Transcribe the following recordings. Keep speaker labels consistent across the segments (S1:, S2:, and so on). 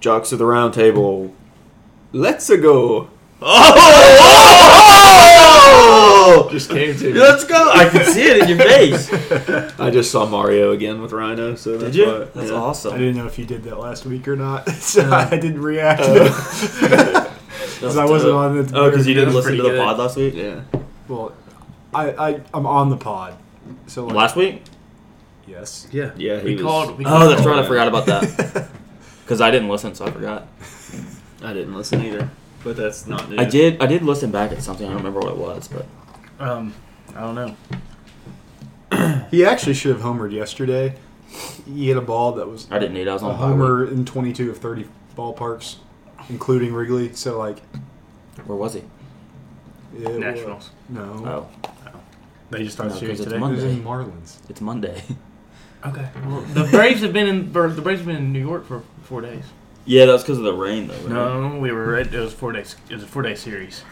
S1: Jocks of the Round Table. Let's go.
S2: Oh!
S3: Just came to me.
S2: Let's go! I can see it in your face.
S1: I just saw Mario again with Rhino. So
S2: Did
S1: that's
S2: you?
S1: why-
S2: That's
S1: yeah.
S3: I
S2: awesome.
S3: didn't know if you did that last week or not, so
S2: Uh,
S3: I didn't react because I wasn't on the.
S2: Oh, because you didn't
S3: That's
S2: listen to
S3: pretty
S2: the
S3: good.
S2: pod last week.
S1: Yeah.
S3: Well, I, I I'm on the pod, so like,
S2: Last week?
S3: yes.
S4: Yeah.
S1: Yeah, he
S4: we
S1: was-
S4: called. We
S2: Oh, that's
S4: called.
S2: right. I forgot about that. Because I didn't listen, so I forgot.
S1: I didn't listen either. But that's not new.
S2: I did. I did listen back at something. I don't remember what it was, but
S4: Um, I don't know.
S3: He actually should have homered yesterday. He hit a ball that was
S2: I didn't need. it. I was on
S3: a
S2: the highway.
S3: homer in 22 of 30 ballparks, including Wrigley. So like
S2: Where was he?
S3: it wa-
S4: Nationals.
S2: Oh,
S3: no,
S4: They just
S2: No,
S4: started
S2: 'cause
S4: shooting
S2: it's
S4: today.
S3: it was
S2: Monday.
S3: in Marlins.
S2: it's Monday.
S4: Okay. Well, the Braves have been in. or The Braves have been in New York for four days.
S2: yeah, that was because of the rain, though. right?
S4: No, we were. Right, it was four days. It was a four day series.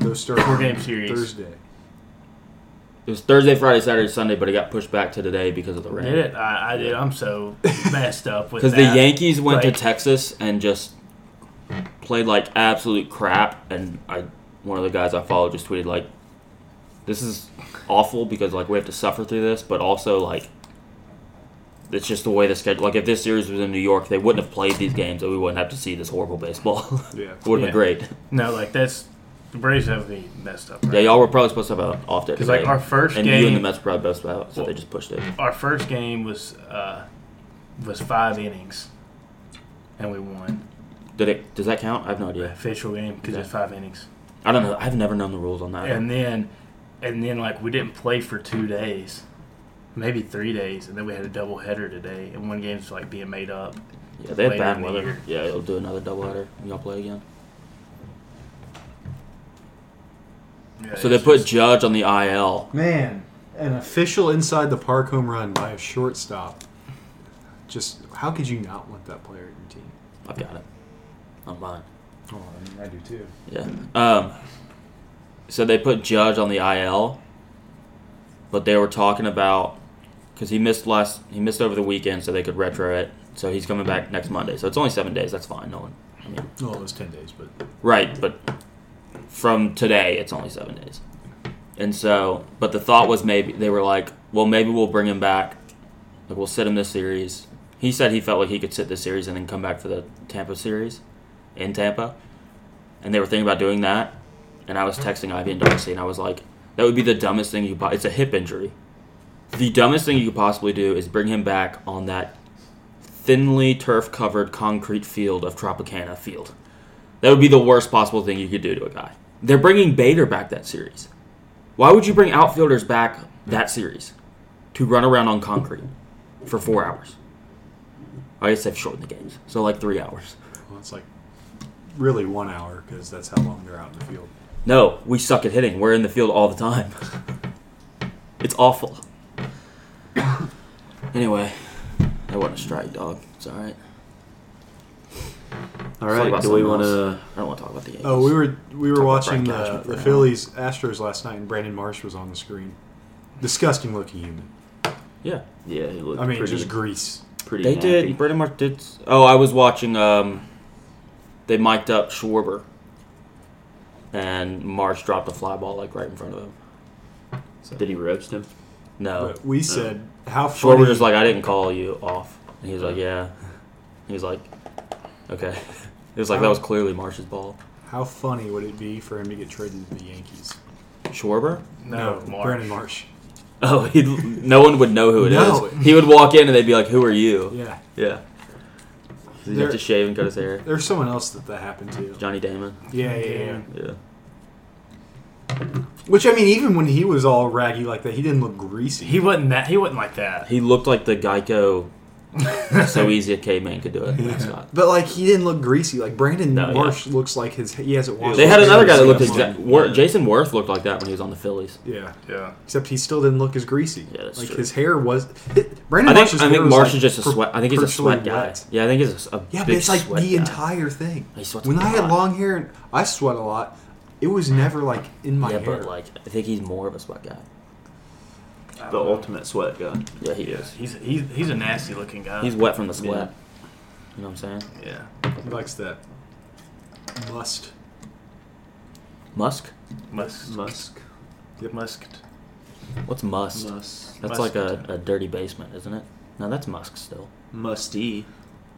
S3: Those start on
S4: game series.
S3: Thursday.
S2: It was Thursday, Friday, Saturday, Sunday, but it got pushed back to today because of the
S4: Did
S2: rain.
S4: it? I, I did. I'm so messed up with
S2: Because
S4: that.
S2: the Yankees went
S4: Like-
S2: to Texas and just played like absolute crap, and I one of the guys I follow just tweeted like, "This is awful because like we have to suffer through this, but also like." It's just the way the schedule. Like, if this series was in New York, they wouldn't have played these games, and we wouldn't have to see this horrible baseball.
S3: Yeah.
S2: it would have been
S4: Yeah.
S2: great.
S4: No, like that's the Braves have me messed up. Right?
S2: Yeah, y'all were probably supposed to have an off day.
S4: Because like
S2: today,
S4: our first
S2: and you and the
S4: game,
S2: Mets were probably both out, so they just pushed it.
S4: our first game was uh, was five innings, and we won
S2: Did it? Does that count? I have no
S4: the
S2: idea.
S4: official game because it's five innings.
S2: I don't know. I've never known the rules on that.
S4: And then, and then like we didn't play for two days, maybe three days, and then we had a double header today, and one game's like being made up.
S2: Yeah, they had
S4: later in
S2: bad
S4: the
S2: weather.
S4: year.
S2: Yeah, it'll do another doubleheader. and Y'all play again.
S4: Yeah,
S2: So they
S4: it's
S2: put
S4: just-
S2: Judge on the IL.
S3: Man, an official inside the park home run by a shortstop. Just how could you not want that player in your team?
S2: I've got it. I'm mine.
S3: Oh, I, mean, I do too.
S2: Yeah. Um. So they put Judge on the IL, but they were talking about because he missed last he missed over the weekend, so they could retro it. So he's coming back next Monday. So it's only seven days. That's fine. No one. I mean,
S3: Well, it was ten days, but
S2: Right, but from today, it's only seven days. And so, but the thought was maybe they were like, well, maybe we'll bring him back. Like, we'll sit him this series. He said he felt like he could sit this series and then come back for the Tampa series in Tampa. And they were thinking about doing that. And I was texting Ivy and Darcy, and I was like, that would be the dumbest thing you could po- It's a hip injury. The dumbest thing you could possibly do is bring him back on that thinly turf covered concrete field of Tropicana Field. That would be the worst possible thing you could do to a guy. They're bringing Bader back that series. Why would you bring outfielders back that series to run around on concrete for four hours? I guess they've shortened the games, so like three hours.
S3: well, it's like really one hour because that's how long they're out in the field.
S2: No, we suck at hitting. We're in the field all the time. It's awful. anyway, that wasn't a strike, dog. It's all right.
S1: All
S2: Talk
S1: right.
S2: about
S1: Do we
S2: something
S1: want
S2: else.
S1: to?
S2: I don't want to talk about the Yankees.
S3: Oh, we were we
S2: Talk
S3: were
S2: about Brian
S3: watching the,
S2: Cashman for
S3: the
S2: an hour.
S3: Phillies Astros last night, and Brandon Marsh was on the screen. Disgusting looking human.
S2: yeah.
S1: Yeah, he looked
S3: I mean,
S1: pretty,
S3: just grease.
S1: pretty.
S2: They
S1: nappy.
S2: did. Brandon Marsh did. Oh, I was watching. Um, they mic'd up Schwarber, and Marsh dropped a fly ball like right in front of him.
S1: Did he roast him?
S2: No,
S3: But we said how
S2: Schwarber
S3: funny.
S2: was like, "I didn't call you off," and he was like, "Yeah." He was like, "Okay." It was like that was clearly Marsh's ball.
S3: how funny would it be for him to get traded to the Yankees?
S2: Schwarber.
S4: no, March.
S3: Brandon Marsh.
S2: Oh, he. No one would know who it is.
S3: No.
S2: He would walk in and they'd be like, "Who are you?"
S3: Yeah,
S2: Yeah. He'd
S3: There-
S2: have to shave and cut his hair.
S3: there's someone else that that happened to.
S2: Johnny Damon.
S3: Yeah, yeah, yeah.
S2: Yeah.
S3: Which I mean, even when he was all raggy like that, he didn't look greasy.
S4: He wasn't that. He wasn't like that.
S2: He looked like the Geico. so easy a caveman could do it. mascot.
S3: but like he didn't look greasy. Like Brandon
S2: No, yeah.
S3: Marsh looks like his he hasn't washed.
S2: They had
S3: his
S2: another
S3: hair
S2: guy that
S3: since
S2: looked
S3: he was
S2: exact.
S3: young.
S2: Wor- Jason Worth looked like that when he was on the Phillies.
S3: Yeah,
S4: Yeah.
S3: except he still didn't look as greasy.
S2: Yeah, that's
S3: like
S2: true.
S3: his hair was. It, Brandon
S2: I think
S3: Marsh's
S2: I
S3: hair
S2: think
S3: was,
S2: Marsh
S3: like,
S2: is just a
S3: per-
S2: sweat. I think he's a sweat
S3: perpetually
S2: guy.
S3: wet.
S2: Yeah, I think he's a, a
S3: Yeah, but
S2: big
S3: it's like
S2: sweat
S3: the
S2: guy.
S3: entire thing.
S2: He sweats
S3: When
S2: a
S3: I had
S2: lot. Mm.
S3: long hair, and I sweat a lot. It was never like in my
S2: Yeah,
S3: hair.
S2: but like I think he's more of a sweat guy.
S1: The
S4: Uh,
S1: ultimate sweat guy.
S2: Yeah, he
S4: Yeah,
S2: is.
S4: he's he's he's a nasty looking guy.
S2: He's wet from the sweat. You know what I'm saying?
S4: Yeah.
S3: He likes that must.
S2: Musk?
S4: Musk.
S1: Musk.
S4: Musk.
S2: What's must?
S1: Musk.
S2: That's like a, a dirty basement, isn't it? No, that's musk still.
S1: Musty.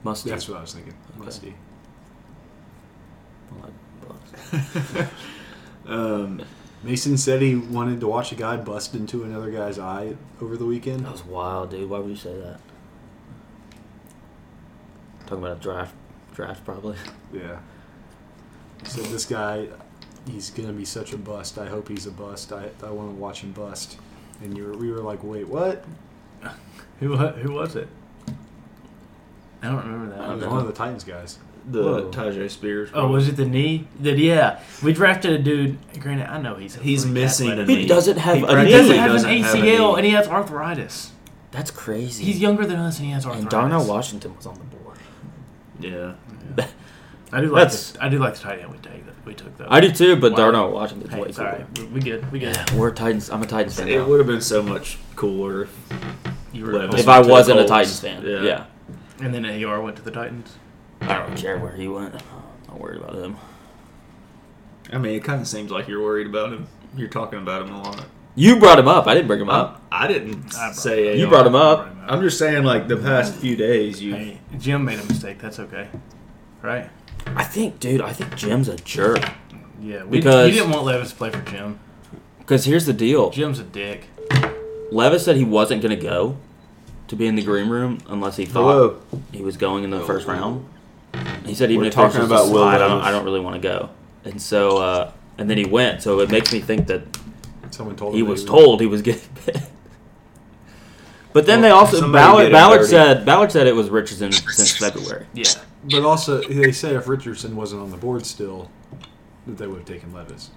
S2: Must.
S3: That's what I was thinking. Musty.
S2: I like bugs.
S1: Um,
S3: Mason said he wanted to watch a guy bust into another guy's eye over the weekend.
S2: That was wild, dude. Why would you say that? Talking about a draft, draft probably.
S3: Yeah. He said this guy, he's gonna be such a bust. I hope he's a bust. I, I want to watch him bust. And you were, we were like, wait, what?
S4: Who wa- who was it? I don't remember
S2: I
S3: It
S4: that.
S2: don't
S3: was
S2: know.
S3: one of the Titans guys.
S1: the
S2: Whoa.
S1: Tajay Spears.
S4: Oh, was it the knee? That yeah. We drafted a dude. Granted, I know he's a
S1: He's
S4: freak
S1: missing
S4: athlete.
S1: a
S2: Who
S1: knee.
S2: doesn't have a
S4: He
S1: practically
S2: knee?
S4: doesn't have
S1: doesn't
S4: an
S1: have a
S4: ACL,
S1: knee.
S4: and he has arthritis.
S2: That's crazy.
S4: He's younger than us, and he has arthritis.
S2: and Darnell Washington was on the board.
S1: Yeah.
S4: I do like
S2: That's-
S4: the, I do like the tight end we take that we took though.
S2: I do too, but
S4: Wow.
S2: Darnell Washington's
S4: Hey,
S2: way
S4: it's all
S2: cooler.
S4: right. We- We good. We good.
S2: Yeah, we're Titans. I'm a Titans fan.
S1: It
S2: now.
S1: would have been so much cooler.
S4: You were,
S1: Well,
S2: if
S1: Listen
S2: I
S1: to
S2: wasn't a
S1: Colts.
S2: Titans fan. Yeah.
S1: Yeah.
S4: and then AR went to the Titans.
S2: I don't care where he went. I'm not worried about him.
S1: I mean, it kind of seems like you're worried about him. You're talking about him a lot.
S2: You brought him up. I didn't bring him up.
S1: I didn't
S4: I brought-
S1: say
S2: You
S1: AR.
S2: brought him up.
S1: I'm just saying, like the past few days, you.
S4: Hey, Jim made a mistake. That's okay, right?
S2: I think, dude. I think Jim's a jerk.
S4: Yeah, we,
S2: Because-
S4: we didn't want Levis to play for Jim.
S2: Because here's the deal.
S4: Jim's a dick.
S2: Levis said he wasn't going to go to be in the green room unless he thought
S1: Hello.
S2: he was going in the first round. He said even
S1: We're
S2: if there's
S1: talking
S2: just a
S1: about Will
S2: slide, I don't,
S1: Levis.
S2: I don't really want to go. And so, uh, and then he went. So it makes me think that
S3: Someone told
S2: he
S3: him they
S2: was
S3: would-
S2: told he was getting picked. But then
S1: Well,
S2: they also
S1: somebody did
S2: Ballard,
S1: him
S2: Ballard
S1: dirty.
S2: said Ballard said it was Richardson since February.
S4: Yeah,
S3: But also, they said if Richardson wasn't on the board still, that they would have taken Levis.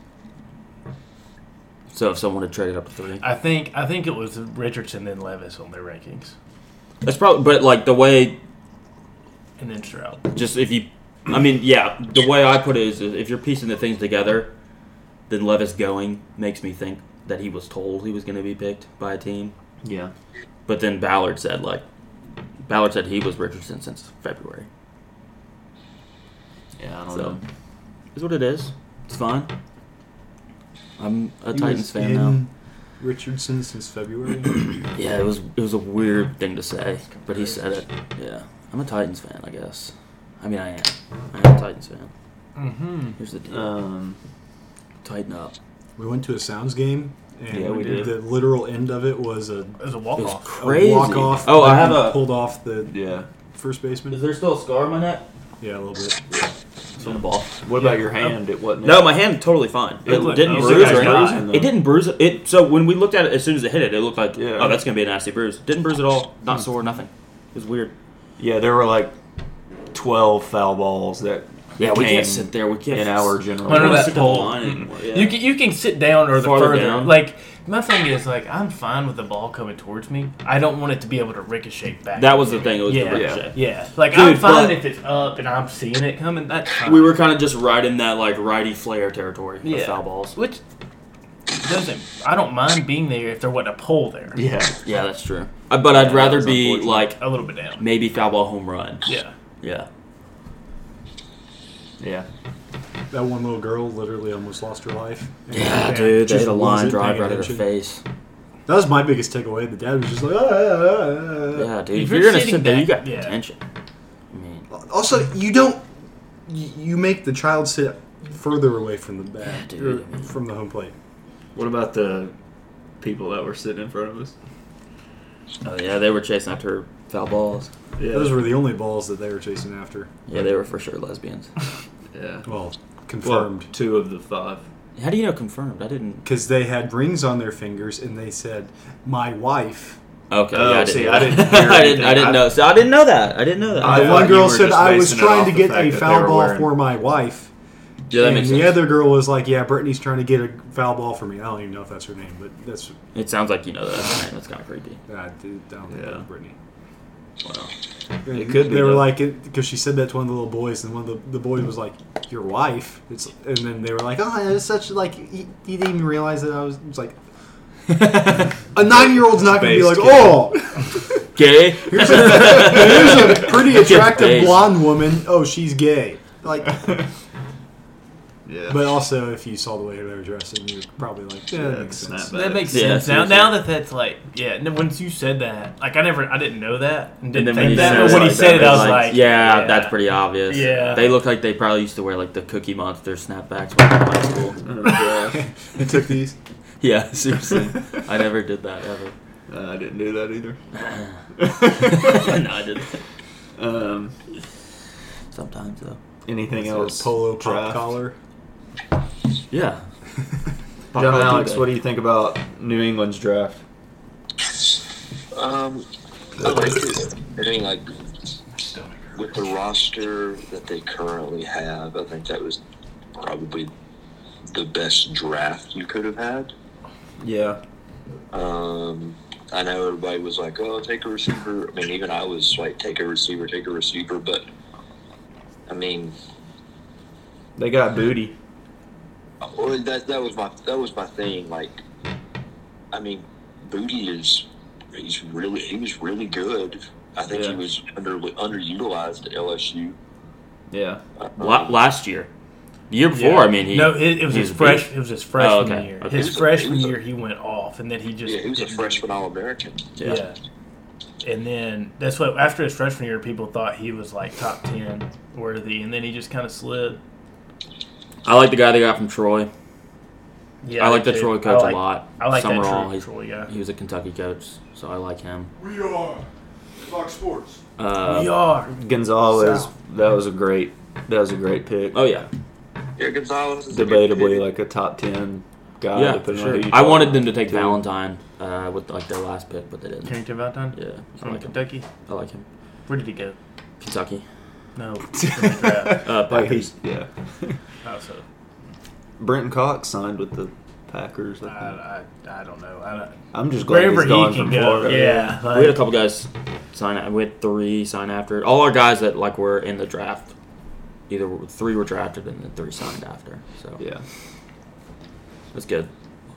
S2: So if someone had traded up to three,
S4: I think I think it was Richardson and Levis on their rankings,
S2: that's probably. But like the way,
S4: and then Stroud.
S2: just if you, I mean, yeah, the way I put it is, if you're piecing the things together, then Levis going makes me think that he was told he was going to be picked by a team.
S1: Yeah.
S2: But then Ballard said like, Ballard said he was Richardson since February.
S1: Yeah. I don't
S2: So
S1: know.
S2: is what it is. It's fine. I'm a
S3: He
S2: Titans
S3: was
S2: fan
S3: in
S2: now.
S3: Richardson since February.
S2: Yeah, it was it was a weird thing to say, but he said it. Yeah, I'm a Titans fan, I guess. I mean, I am. I am a Titans fan.
S4: Mm-hmm.
S2: Here's the deal:
S1: Um.
S2: tighten up.
S3: we went to a Sounds game, and
S1: Yeah, we did.
S3: the literal end of it was a,
S4: It was a walk
S2: It was
S4: off.
S2: crazy.
S3: walk off.
S2: Oh, I have a.
S3: pulled off the
S1: Yeah.
S3: first baseman.
S2: there still a scar on my neck?
S3: Yeah, a little bit.
S2: It's on the ball.
S1: What about your hand? It wasn't.
S2: No, my hand totally fine. It,
S1: It looked-
S2: didn't
S4: it
S2: bruise
S4: looked like
S2: or
S4: a
S2: anything.
S1: guy.
S2: It didn't bruise. It so when we looked at it as soon as it hit it, it looked like
S1: Yeah.
S2: oh that's gonna be a nasty bruise. Didn't bruise at all. Not sore. Nothing. It was weird.
S1: Yeah, there were like twelve foul balls that
S2: Yeah, we
S1: came
S2: can't sit there. We can't
S1: in our
S2: we
S1: general.
S4: Under
S2: don't
S4: that
S2: sit at the
S4: pole.
S2: line anymore. Yeah.
S4: You can you can sit down or the
S2: Farther
S4: further.
S2: down.
S4: Like my thing is like I'm fine with the ball coming towards me. I don't want it to be able to ricochet back.
S2: that was the thing. It was
S4: yeah,
S2: the
S1: yeah.
S2: ricochet.
S4: yeah. Like
S2: Dude,
S4: I'm fine
S2: but-
S4: if it's up and I'm seeing it coming. That's fine.
S2: We were kind of just right in that like righty flair territory of
S4: Yeah.
S2: foul balls.
S4: which doesn't. I don't mind being there if there wasn't a pole there.
S1: Yeah,
S2: Yeah, that's true. Uh, but I'd
S1: that
S2: rather
S1: was
S2: be
S1: unfortunate.
S2: like
S4: A little bit down.
S2: maybe foul ball home run.
S4: Yeah.
S2: Yeah.
S1: yeah.
S3: That one little girl literally almost lost her life. And
S2: Yeah,
S3: her dad
S2: dude, they
S3: just
S2: had a line
S3: wasn't
S2: drive
S3: paying
S2: right at her
S3: attention.
S2: face.
S3: That was my biggest takeaway. The dad was just like, "Ah, ah, ah, ah."
S2: Yeah, dude,
S4: If
S2: if
S4: you're
S2: you're gonna
S4: sitting
S2: sit there, you
S4: back-
S2: got
S4: yeah.
S2: attention. I mean,
S3: Also, you don't. You you make the child sit further away from the
S2: Yeah,
S3: back
S2: dude.
S3: or from the home plate.
S1: What about the people that were sitting in front of us?
S2: oh yeah, they were chasing after her foul balls.
S1: Yeah,
S3: Those were the only balls that they were chasing after.
S2: Yeah, they were for sure lesbians.
S1: yeah.
S3: Well,
S1: Well,
S3: confirmed.
S1: two of the five.
S2: How do you know confirmed? I didn't.
S3: Because they had rings on their fingers and they said, my wife.
S2: Okay,
S1: Oh,
S2: yeah, I didn't.
S1: see,
S2: know
S1: I
S2: that.
S1: didn't hear
S2: I didn't. I
S1: anything.
S2: didn't
S1: I-
S2: know. So I didn't know that. I didn't know that.
S1: I
S3: The
S1: thought
S3: one
S1: you
S3: girl
S1: were
S3: said,
S1: just
S3: I was
S1: basing it off
S3: trying to
S1: the
S3: get
S1: fact
S3: a
S1: that
S3: foul
S1: they were
S3: ball
S1: wearing-
S3: for my wife.
S2: yeah, that
S3: and
S2: makes
S3: the
S2: sense.
S3: other girl was like, yeah, Brittany's trying to get a foul ball for me. I don't even know if that's her name, but that's.
S2: it sounds like you know that. Man, that's kind of creepy.
S3: I don't think
S1: Yeah.
S3: that's Brittany.
S2: Wow.
S3: And
S1: It could be,
S3: They were
S1: though.
S3: like, because she said that to one of the little boys, and one of the, the boys was like, "Your wife." It's and then they were like, "Oh, it's such like you, you didn't even realize that I was." It's like a nine year old's not gonna be
S1: Based
S3: like,
S1: kid.
S3: "Oh,
S2: gay.
S3: Here's a, here's a pretty
S2: Look at
S3: attractive
S2: Dave.
S3: blonde woman. Oh, she's gay. Like,
S1: yeah.
S3: but also if you saw the way they were dressing, you're probably like, yeah, that
S1: Yeah,
S3: makes
S1: snap
S3: sense.
S1: back.
S4: That makes
S2: Yeah,
S4: sense now.
S2: seriously.
S4: Now that that's like, yeah. n- Once you said that, like I never, I didn't know that, and
S2: And
S4: didn't
S2: then when
S4: think
S2: he
S4: that.
S2: said
S4: But
S2: it,
S4: when he
S1: like,
S4: said
S1: that
S4: it, I was
S1: was
S4: like,
S2: yeah, that's pretty obvious.
S4: Yeah.
S2: They look like they probably used to wear like the Cookie Monster snapbacks when they were in high school.
S1: Oh, gosh.
S3: I took these.
S2: Yeah, seriously. I never did that ever.
S1: Uh, I didn't do that either.
S2: no, I didn't.
S1: Um,
S2: Sometimes though.
S1: anything
S3: Sort of
S1: else?
S3: polo pop
S1: Draft?
S3: collar.
S2: Yeah.
S1: John
S2: Pop
S1: Alex,
S2: culture.
S1: what do you think about New England's draft?
S5: Um, I like it. I think like with the roster that they currently have, I think that was probably the best draft you could have had.
S1: Yeah.
S5: Um, I know everybody was like, "Oh, take a receiver." I mean, even I was like, "Take a receiver, take a receiver," but I mean,
S1: They got booty.
S5: Well, that that was my that was my thing. Like, I mean, Booty is he's really he was really good. I think he
S1: Yeah.
S5: was under underutilized at LSU.
S1: Yeah.
S5: Um,
S2: La- last year. The year
S4: Yeah.
S2: before, I mean he
S4: no, it, it was
S2: he
S4: his
S2: was Oh,
S4: fresh. It was his freshman
S2: okay,
S4: year.
S2: okay.
S5: He was
S4: His
S5: a-
S4: freshman
S5: he was a-
S4: year, he went off, and then he just
S5: yeah, he was a
S4: didn't-
S5: freshman All American.
S2: Yeah.
S4: Yeah. And then that's what after his freshman year, people thought he was like top ten worthy, and then he just kind of slid.
S2: I like the guy they got from Troy.
S4: Yeah,
S2: I like the
S4: dude,
S2: Troy
S4: I
S2: coach
S4: like-
S2: a lot.
S4: I like that
S2: Summerall,
S4: Troy,
S2: he's-
S4: Troy guy.
S2: He was a Kentucky coach, so I like him.
S6: We are Fox Sports.
S2: Uh,
S4: we are.
S1: Gonzalez,
S3: South.
S1: that was a great that was a great pick.
S2: Oh yeah,
S5: Yeah, Gonzalez is a good
S1: Debatably
S5: kid.
S1: like a top ten guy
S2: yeah.
S1: depending
S2: sure.
S1: on who you
S2: I
S1: talk
S2: wanted them to take
S1: to.
S2: Valentine uh, with like their last pick, but they didn't.
S4: Carrington Valentine
S2: Yeah, I
S4: from
S2: like him.
S4: Kentucky.
S2: I like him.
S4: Where did he go?
S2: Kentucky.
S4: No, in the draft.
S2: Uh,
S1: like
S2: Packers.
S1: he's yeah.
S4: Oh, so,
S1: Brenton Cox signed with the Packers.
S4: I,
S1: I think.
S4: I, I don't know. I don't,
S1: I'm just glad he's
S4: wherever he
S1: gone
S4: can
S1: from
S4: go,
S1: Florida.
S4: yeah.
S2: we had a
S4: like-
S2: couple guys sign. We had three sign after. All our guys that like were in the draft, either three were drafted and then three signed after. So
S1: Yeah.
S2: that's good.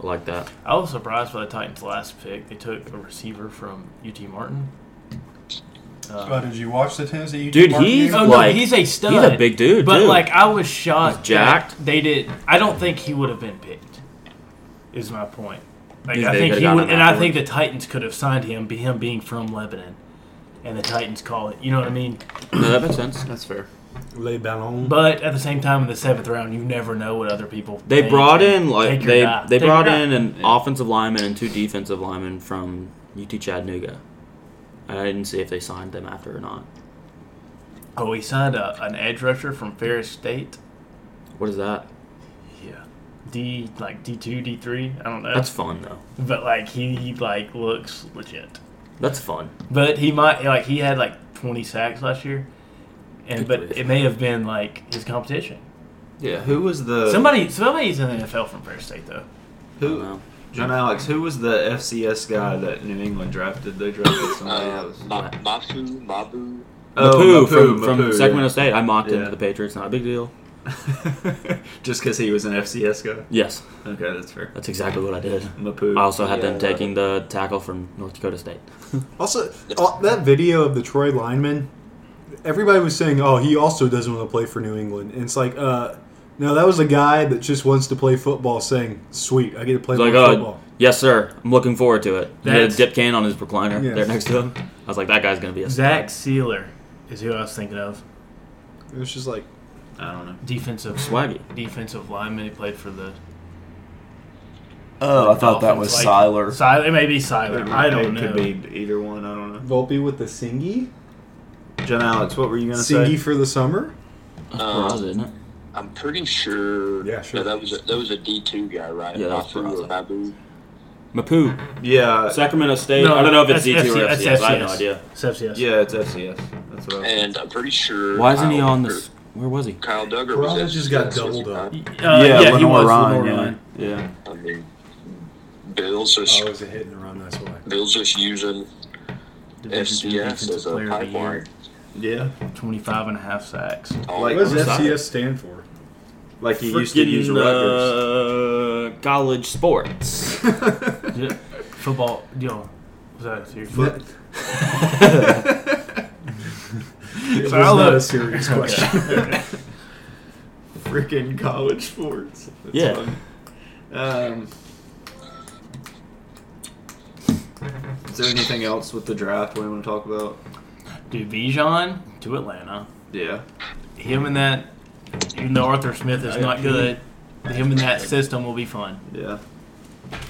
S2: I like that.
S4: I was surprised by the Titans' last pick. They took a receiver from UT Martin.
S6: But
S4: Uh,
S6: did you watch the Tennessee? UT
S2: Dude,
S6: Martin
S2: he's-
S6: game?
S4: oh no,
S2: like,
S4: he's a stud.
S2: he's a big dude,
S4: But
S2: too.
S4: like, I was shocked.
S2: He's jacked.
S4: that They did. I don't think he would have been picked. Is my point. Like,
S2: Yeah,
S4: I
S2: they
S4: think
S2: could've
S4: he
S2: gotten
S4: would,
S2: him
S4: and I
S2: afterwards.
S4: think the Titans could have signed him. Be him being from Lebanon, and the Titans call it. You know what I mean?
S2: No, that makes sense.
S1: That's fair.
S3: Le ballon.
S4: But at the same time, in the seventh round, you never know what other people.
S2: They
S4: think.
S2: brought in like
S4: Take your
S2: they
S4: guy.
S2: they
S4: Take your
S2: brought
S4: guy.
S2: in an offensive lineman and two defensive linemen from UT Chattanooga. I didn't see if they signed them after or not.
S4: Oh, he signed a, an edge rusher from Ferris State.
S2: What is that?
S4: Yeah. D like D two, D three, I don't know.
S2: That's fun though.
S4: but like he, he like looks legit.
S2: That's fun.
S4: But he might like he had like twenty sacks last year. And
S2: Good
S4: but
S2: grief.
S4: it may have been like his competition.
S1: Yeah. Who was the
S4: Somebody somebody's in the NFL from Ferris State though.
S2: I don't
S1: who
S2: know.
S1: John Alex, who was the FCS guy that New England drafted? They drafted somebody
S5: Uh,
S1: else.
S5: Ma- Mafu Mabu.
S2: Mapu
S1: Oh,
S2: from,
S1: Mapu,
S2: from
S1: Mapu,
S2: Sacramento State. I mocked him
S1: Yeah.
S2: to the Patriots. Not a big deal.
S1: yeah. Just because he was an FCS guy.
S2: Yes,
S1: Okay, that's fair.
S2: that's exactly what I did.
S1: Mapu.
S2: I also had them
S5: Yeah.
S2: taking the tackle from North Dakota State.
S3: Also, uh, that video of the Troy lineman, everybody was saying, "Oh, he also doesn't want to play for New England." And it's like, uh, no, that was a guy that just wants to play football, saying, "Sweet, I get to play
S2: He's like,
S3: more
S2: oh,
S3: football."
S2: yes, sir. I'm looking forward to it. He had a
S4: That's-
S2: dip can on his recliner
S3: Yeah.
S2: there next to him. I was like, that guy's gonna be a
S4: Zach Sealer is who I was thinking of.
S3: It was just like,
S1: I don't know.
S4: Defensive
S2: swaggy.
S4: defensive lineman. He played for the
S1: Oh, I
S4: Dolphins, like- Siler it may be Siler. I don't know.
S1: It could be either one. I don't
S3: Volpe with the singy,
S1: know. John Alex, what were you gonna
S3: singy
S1: say?
S3: for the summer.
S2: That's Peraza, isn't it?
S5: I'm pretty sure.
S3: Yeah, sure.
S5: No, that was a, that was a D two guy, right?
S2: Yeah, that was
S5: Mafu or
S2: Peraza.
S5: Mabu.
S2: Mapu.
S1: Yeah,
S2: Sacramento State.
S4: No,
S2: I don't know if it's
S4: that's
S2: D2 or
S4: FCS.
S2: FCS. I have no idea.
S4: It's FCS.
S1: yeah, it's FCS. That's what. I was
S5: And I'm pretty sure.
S2: Why isn't he
S5: Kyle
S2: on
S5: Duggar-
S2: this? Where was he?
S5: Kyle Duggar was
S3: Peraza just got
S5: FCS, wasn't
S3: doubled up.
S5: he?
S4: Uh, yeah, he
S1: Lenore
S4: was
S1: Ryan,
S4: Lenore
S1: yeah.
S4: Ryan.
S1: Yeah.
S5: I mean, Bill's just
S3: Oh, it was a hit and run. That's why.
S5: Bill's just using
S4: Division two
S5: FCS as
S4: defensive
S5: a
S4: player of the year.
S5: pipeline. Oh,
S1: Yeah.
S4: 25 and a half sacks.
S5: All
S1: Like-
S3: What does
S1: Who's that?
S3: FCS stand for?
S1: Like you used to use
S2: Freaking,
S1: Rutgers.
S2: uh, college sports.
S4: Football, yo, was that your
S3: Foot-
S4: foot?
S3: It was
S1: So I'll
S3: not
S1: let-
S3: a serious question.
S1: Freaking college sports. That's
S2: Yeah.
S1: funny. Um, is there anything else with the draft we want to talk about?
S4: Dude, Bijan to Atlanta.
S1: Yeah.
S4: Him and that, even though Arthur Smith is not good, him and that system will be fun.
S1: Yeah.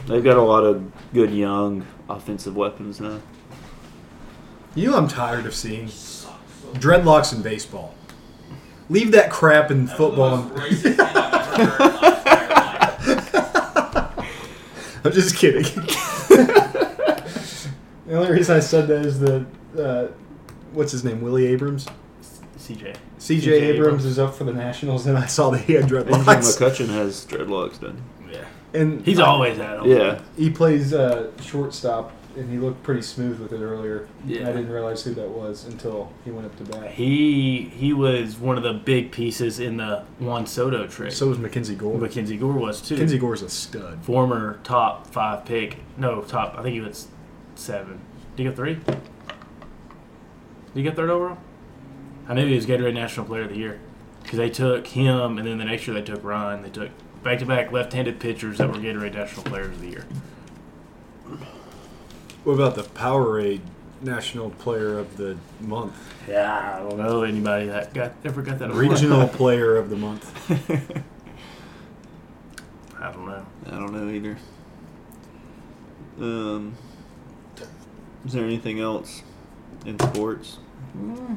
S1: They've got a lot of good young offensive weapons now.
S3: You know, I'm tired of seeing dreadlocks in baseball. Leave that crap in football. and- I'm just kidding. the only reason I said that is that uh, what's his name, Willie Abrams.
S4: CJ.
S3: CJ
S4: Abrams.
S3: Abrams, is up for the Nationals, and I saw that he had
S1: Andrew
S3: dreadlocks.
S1: McCutcheon has dreadlocks done.
S4: Yeah.
S3: And
S4: He's always at him.
S1: Yeah.
S3: he plays uh, shortstop, and he looked pretty smooth with it earlier.
S1: Yeah.
S3: I didn't realize who that was until he went up to bat.
S4: He he was one of the big pieces in the Juan Soto trade.
S3: So was Mackenzie Gore.
S4: Mackenzie Gore was too.
S3: Mackenzie Gore's a stud.
S4: Former top five pick. No, top. I think he was seven. Did he get three? Did he get third overall? I knew he was Gatorade National Player of the Year because they took him, and then the next year they took Ryan. They took back-to-back left-handed pitchers that were Gatorade National Players of the Year.
S3: What about the Powerade National Player of the Month?
S4: Yeah, I don't know anybody that got ever got that award.
S3: Regional Player of the Month.
S4: I don't know.
S1: I don't know either. Um, is there anything else in sports? Or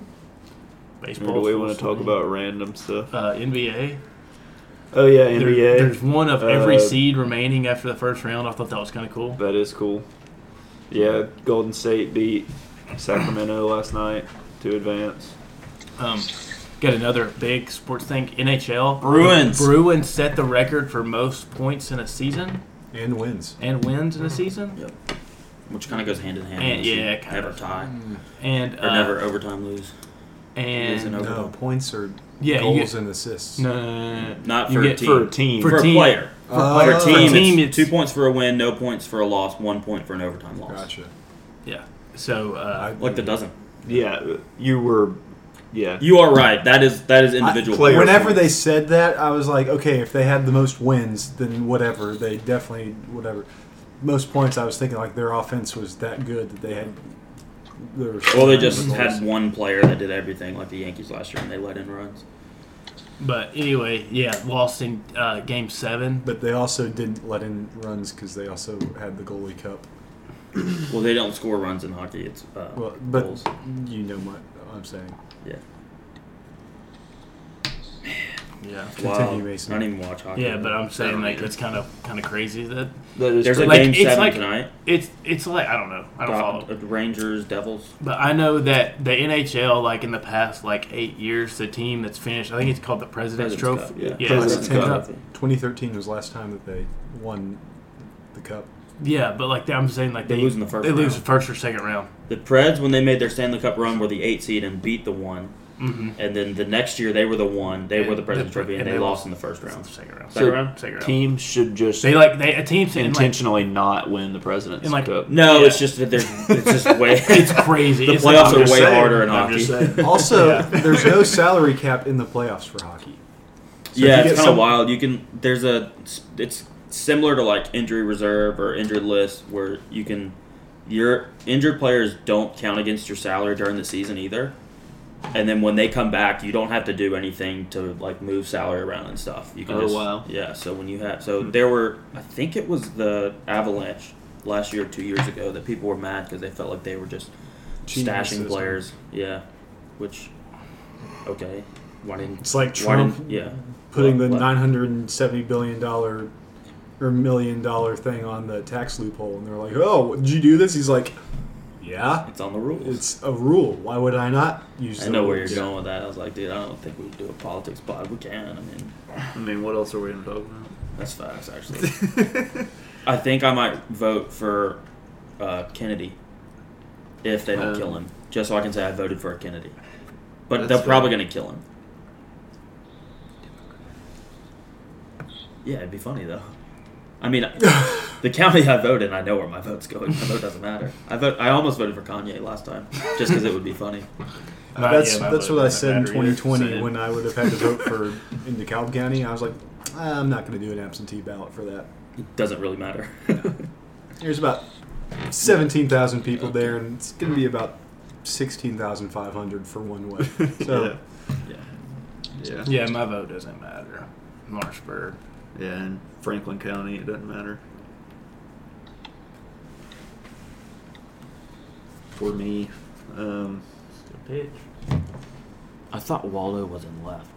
S4: Baseball.
S1: do we want to talk about random stuff?
S4: uh, NBA?
S1: Oh yeah,
S4: There-
S1: NBA.
S4: there's one of every
S1: Uh,
S4: seed remaining after the first round. I thought that was kind of cool.
S1: That is cool. Yeah, Golden State beat Sacramento last night to advance.
S4: Um, got another big sports thing. NHL.
S2: Bruins.
S4: Bruins set the record for most points in a season
S3: And wins.
S4: and wins in a season.
S2: Yep. Which kind of goes hand in hand.
S4: And-
S2: with you
S4: yeah, kind
S2: never
S4: of.
S2: tie
S4: And
S2: or
S4: uh,
S2: never overtime lose. Is it
S4: And
S2: over?
S3: No, points are
S4: yeah, you
S3: goals
S4: get,
S3: and assists.
S4: no, no, no, no, no.
S2: Not
S4: You
S2: for a
S4: get-
S2: team.
S1: For a team,
S2: For,
S4: For
S2: a
S4: team.
S2: player.
S3: Uh,
S2: for a team,
S4: team,
S2: it's,
S4: it's-
S2: two points for a win, no points for a loss, one point for an overtime loss.
S3: Gotcha.
S4: Yeah. So uh,
S2: Like the dozen.
S1: yeah, you were, yeah,
S2: You are right. That is that is individual.
S1: I- player
S3: Whenever
S2: points.
S3: they said that, I was like, okay, if they had the most wins, then whatever. They definitely, whatever. Most points, I was thinking like their offense was that good that they had. there were so
S2: Well, they
S3: many
S2: just
S3: goals.
S2: had one player that did everything, like the Yankees last year, and they let in runs.
S4: but anyway, yeah, lost in uh, game seven.
S3: But they also didn't let in runs because they also had the goalie cup.
S2: Well, they don't score runs in hockey. It's uh,
S3: Well, but
S2: goals.
S3: you know what I'm saying.
S2: Yeah.
S4: Yeah.
S2: Wow. I
S3: Continue, Mason.
S2: don't even watch hockey.
S4: Yeah, but I'm saying
S2: don't
S4: like
S2: either.
S4: it's kind of kind of crazy that
S1: that is
S2: there's a
S1: crazy.
S4: like-
S2: game
S4: it's
S2: seven
S4: like-
S2: tonight.
S4: it's it's like I don't know. I don't follow.
S2: Dod- uh, Rangers, Devils.
S4: But I know that the NHL, like in the past like eight years, the team that's finished, I think it's called the President's,
S2: President's
S4: Trophy.
S1: Cup, yeah.
S4: yeah,
S1: President's
S4: President's
S1: Cup.
S4: Cup.
S3: 2013 was the last time that they won the cup.
S4: Yeah, but like I'm saying, like
S2: They
S4: they,
S2: lose in the first
S4: They lose
S2: round.
S4: the first or second round.
S2: The Preds, when they made their Stanley Cup run, were the eight seed and beat the one.
S4: Mm-hmm.
S2: And then the next year, they were the one. They
S4: And
S2: were the President's
S4: the-
S2: Trophy, and,
S4: and
S2: they,
S4: they
S2: lost
S4: lost.
S2: in the first round.
S4: Second round.
S2: Second
S1: So,
S2: round?
S4: Second round.
S1: teams should just
S4: They like they a team's in, like,
S1: intentionally not win the President's
S4: And, like,
S1: Cup.
S2: No,
S4: Yeah.
S2: it's just that there's it's just way.
S4: it's crazy.
S2: the
S4: It's
S2: playoffs
S4: like-
S2: are way
S1: just saying.
S2: harder in
S1: I'm just
S2: hockey.
S1: saying.
S3: Also,
S4: Yeah.
S3: there's no salary cap in the playoffs for hockey.
S2: yeah,
S3: if you
S2: it's
S3: get
S2: kind of
S3: some-
S2: wild. You can there's a it's similar to like injury reserve or injured list where you can your injured players don't count against your salary during the season either. And then when they come back, you don't have to do anything to like move salary around and stuff. You can
S1: Oh,
S2: just
S1: wow. Hmm.
S2: yeah. So when you have so there were I think it was the Avalanche last year, two years ago, that people were mad because they felt like they were just
S3: Cheating the
S2: stashing
S3: system.
S2: players. Yeah, which okay, why didn't
S3: It's like
S2: why
S3: Trump
S2: didn't yeah
S3: putting the
S2: What- what-
S3: 970 billion dollar or million dollar thing on the tax loophole, and they're like, "Oh, did you do this?" He's like, "Yeah,
S2: It's on the rules.
S3: it's a rule. Why would I not use?"
S2: I
S3: the
S2: know where you're
S3: rules?"
S2: going with that. I was like, dude, I don't think we do a politics pod. We can. I mean,
S1: I mean, what else are we gonna talk about?
S2: that's facts, actually. I think I might vote for uh, Kennedy if they don't
S3: Uh,
S1: Um,
S2: kill him, just so I can say I voted for a Kennedy. But
S1: That's
S2: they're
S1: fair.
S2: probably going to kill him. Yeah, it'd be funny though. I mean, the county I vote in, I know where my vote's going. My vote doesn't matter. I vote. I almost voted for Kanye last time just because it would be funny.
S4: Not
S3: that's
S4: yet, Uh, my
S3: that's
S4: vote
S3: what I
S4: doesn't
S3: said in
S4: matter either,
S3: 2020
S4: so-
S3: when I would have had to vote for in DeKalb County. I was like, "Ah, I'm not going to do an absentee ballot for that.
S2: It doesn't really matter.
S3: There's about 17,000 people there, and it's going to be about 16,500 for one way. So
S1: yeah. Yeah.
S4: Yeah, my vote doesn't matter. Marshburg.
S1: Yeah, in Franklin County, it doesn't matter. For me, um,
S4: Pitch.
S2: I thought Waldo was in left.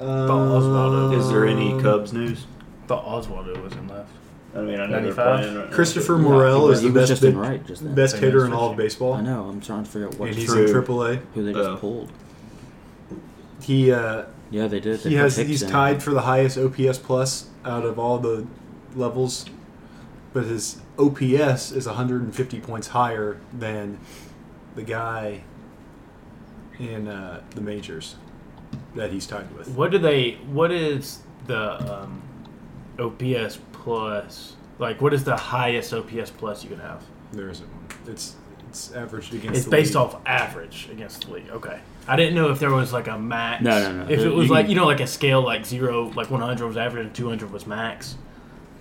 S4: Oswaldo.
S1: is there any
S3: um,
S1: Cubs news?
S4: Thought Oswaldo was in left.
S1: I mean, I know they're
S4: 95?
S1: playing. Right now,
S3: Christopher
S1: but-
S3: Morel is the
S2: he was
S3: best
S2: just
S3: big-
S2: in right just then.
S3: Best
S4: Same
S3: hitter
S4: as
S3: in all of
S4: Fishing.
S3: baseball.
S2: I know. I'm trying to figure out what
S3: And he's
S1: True.
S3: in AAA.
S2: who they just
S1: Oh.
S2: pulled.
S3: He uh,
S2: Yeah, they did. They
S3: he
S2: put
S3: has
S2: Hicks
S3: he's
S2: in.
S3: tied for the highest OPS plus out of all the levels, but his OPS is 150 points higher than the guy in uh, the majors that he's tied with.
S4: What do they? What is the um, OPS plus? Like, what is the highest OPS plus you can have?
S3: There isn't one. It's it's averaged against.
S4: It's
S3: the
S4: based
S3: league.
S4: off average against the league. Okay, I didn't know if there was like a max.
S2: No, no, no.
S4: If it
S2: You
S4: was
S2: can-
S4: like you know, like a scale like zero, like one hundred was average and two hundred was max.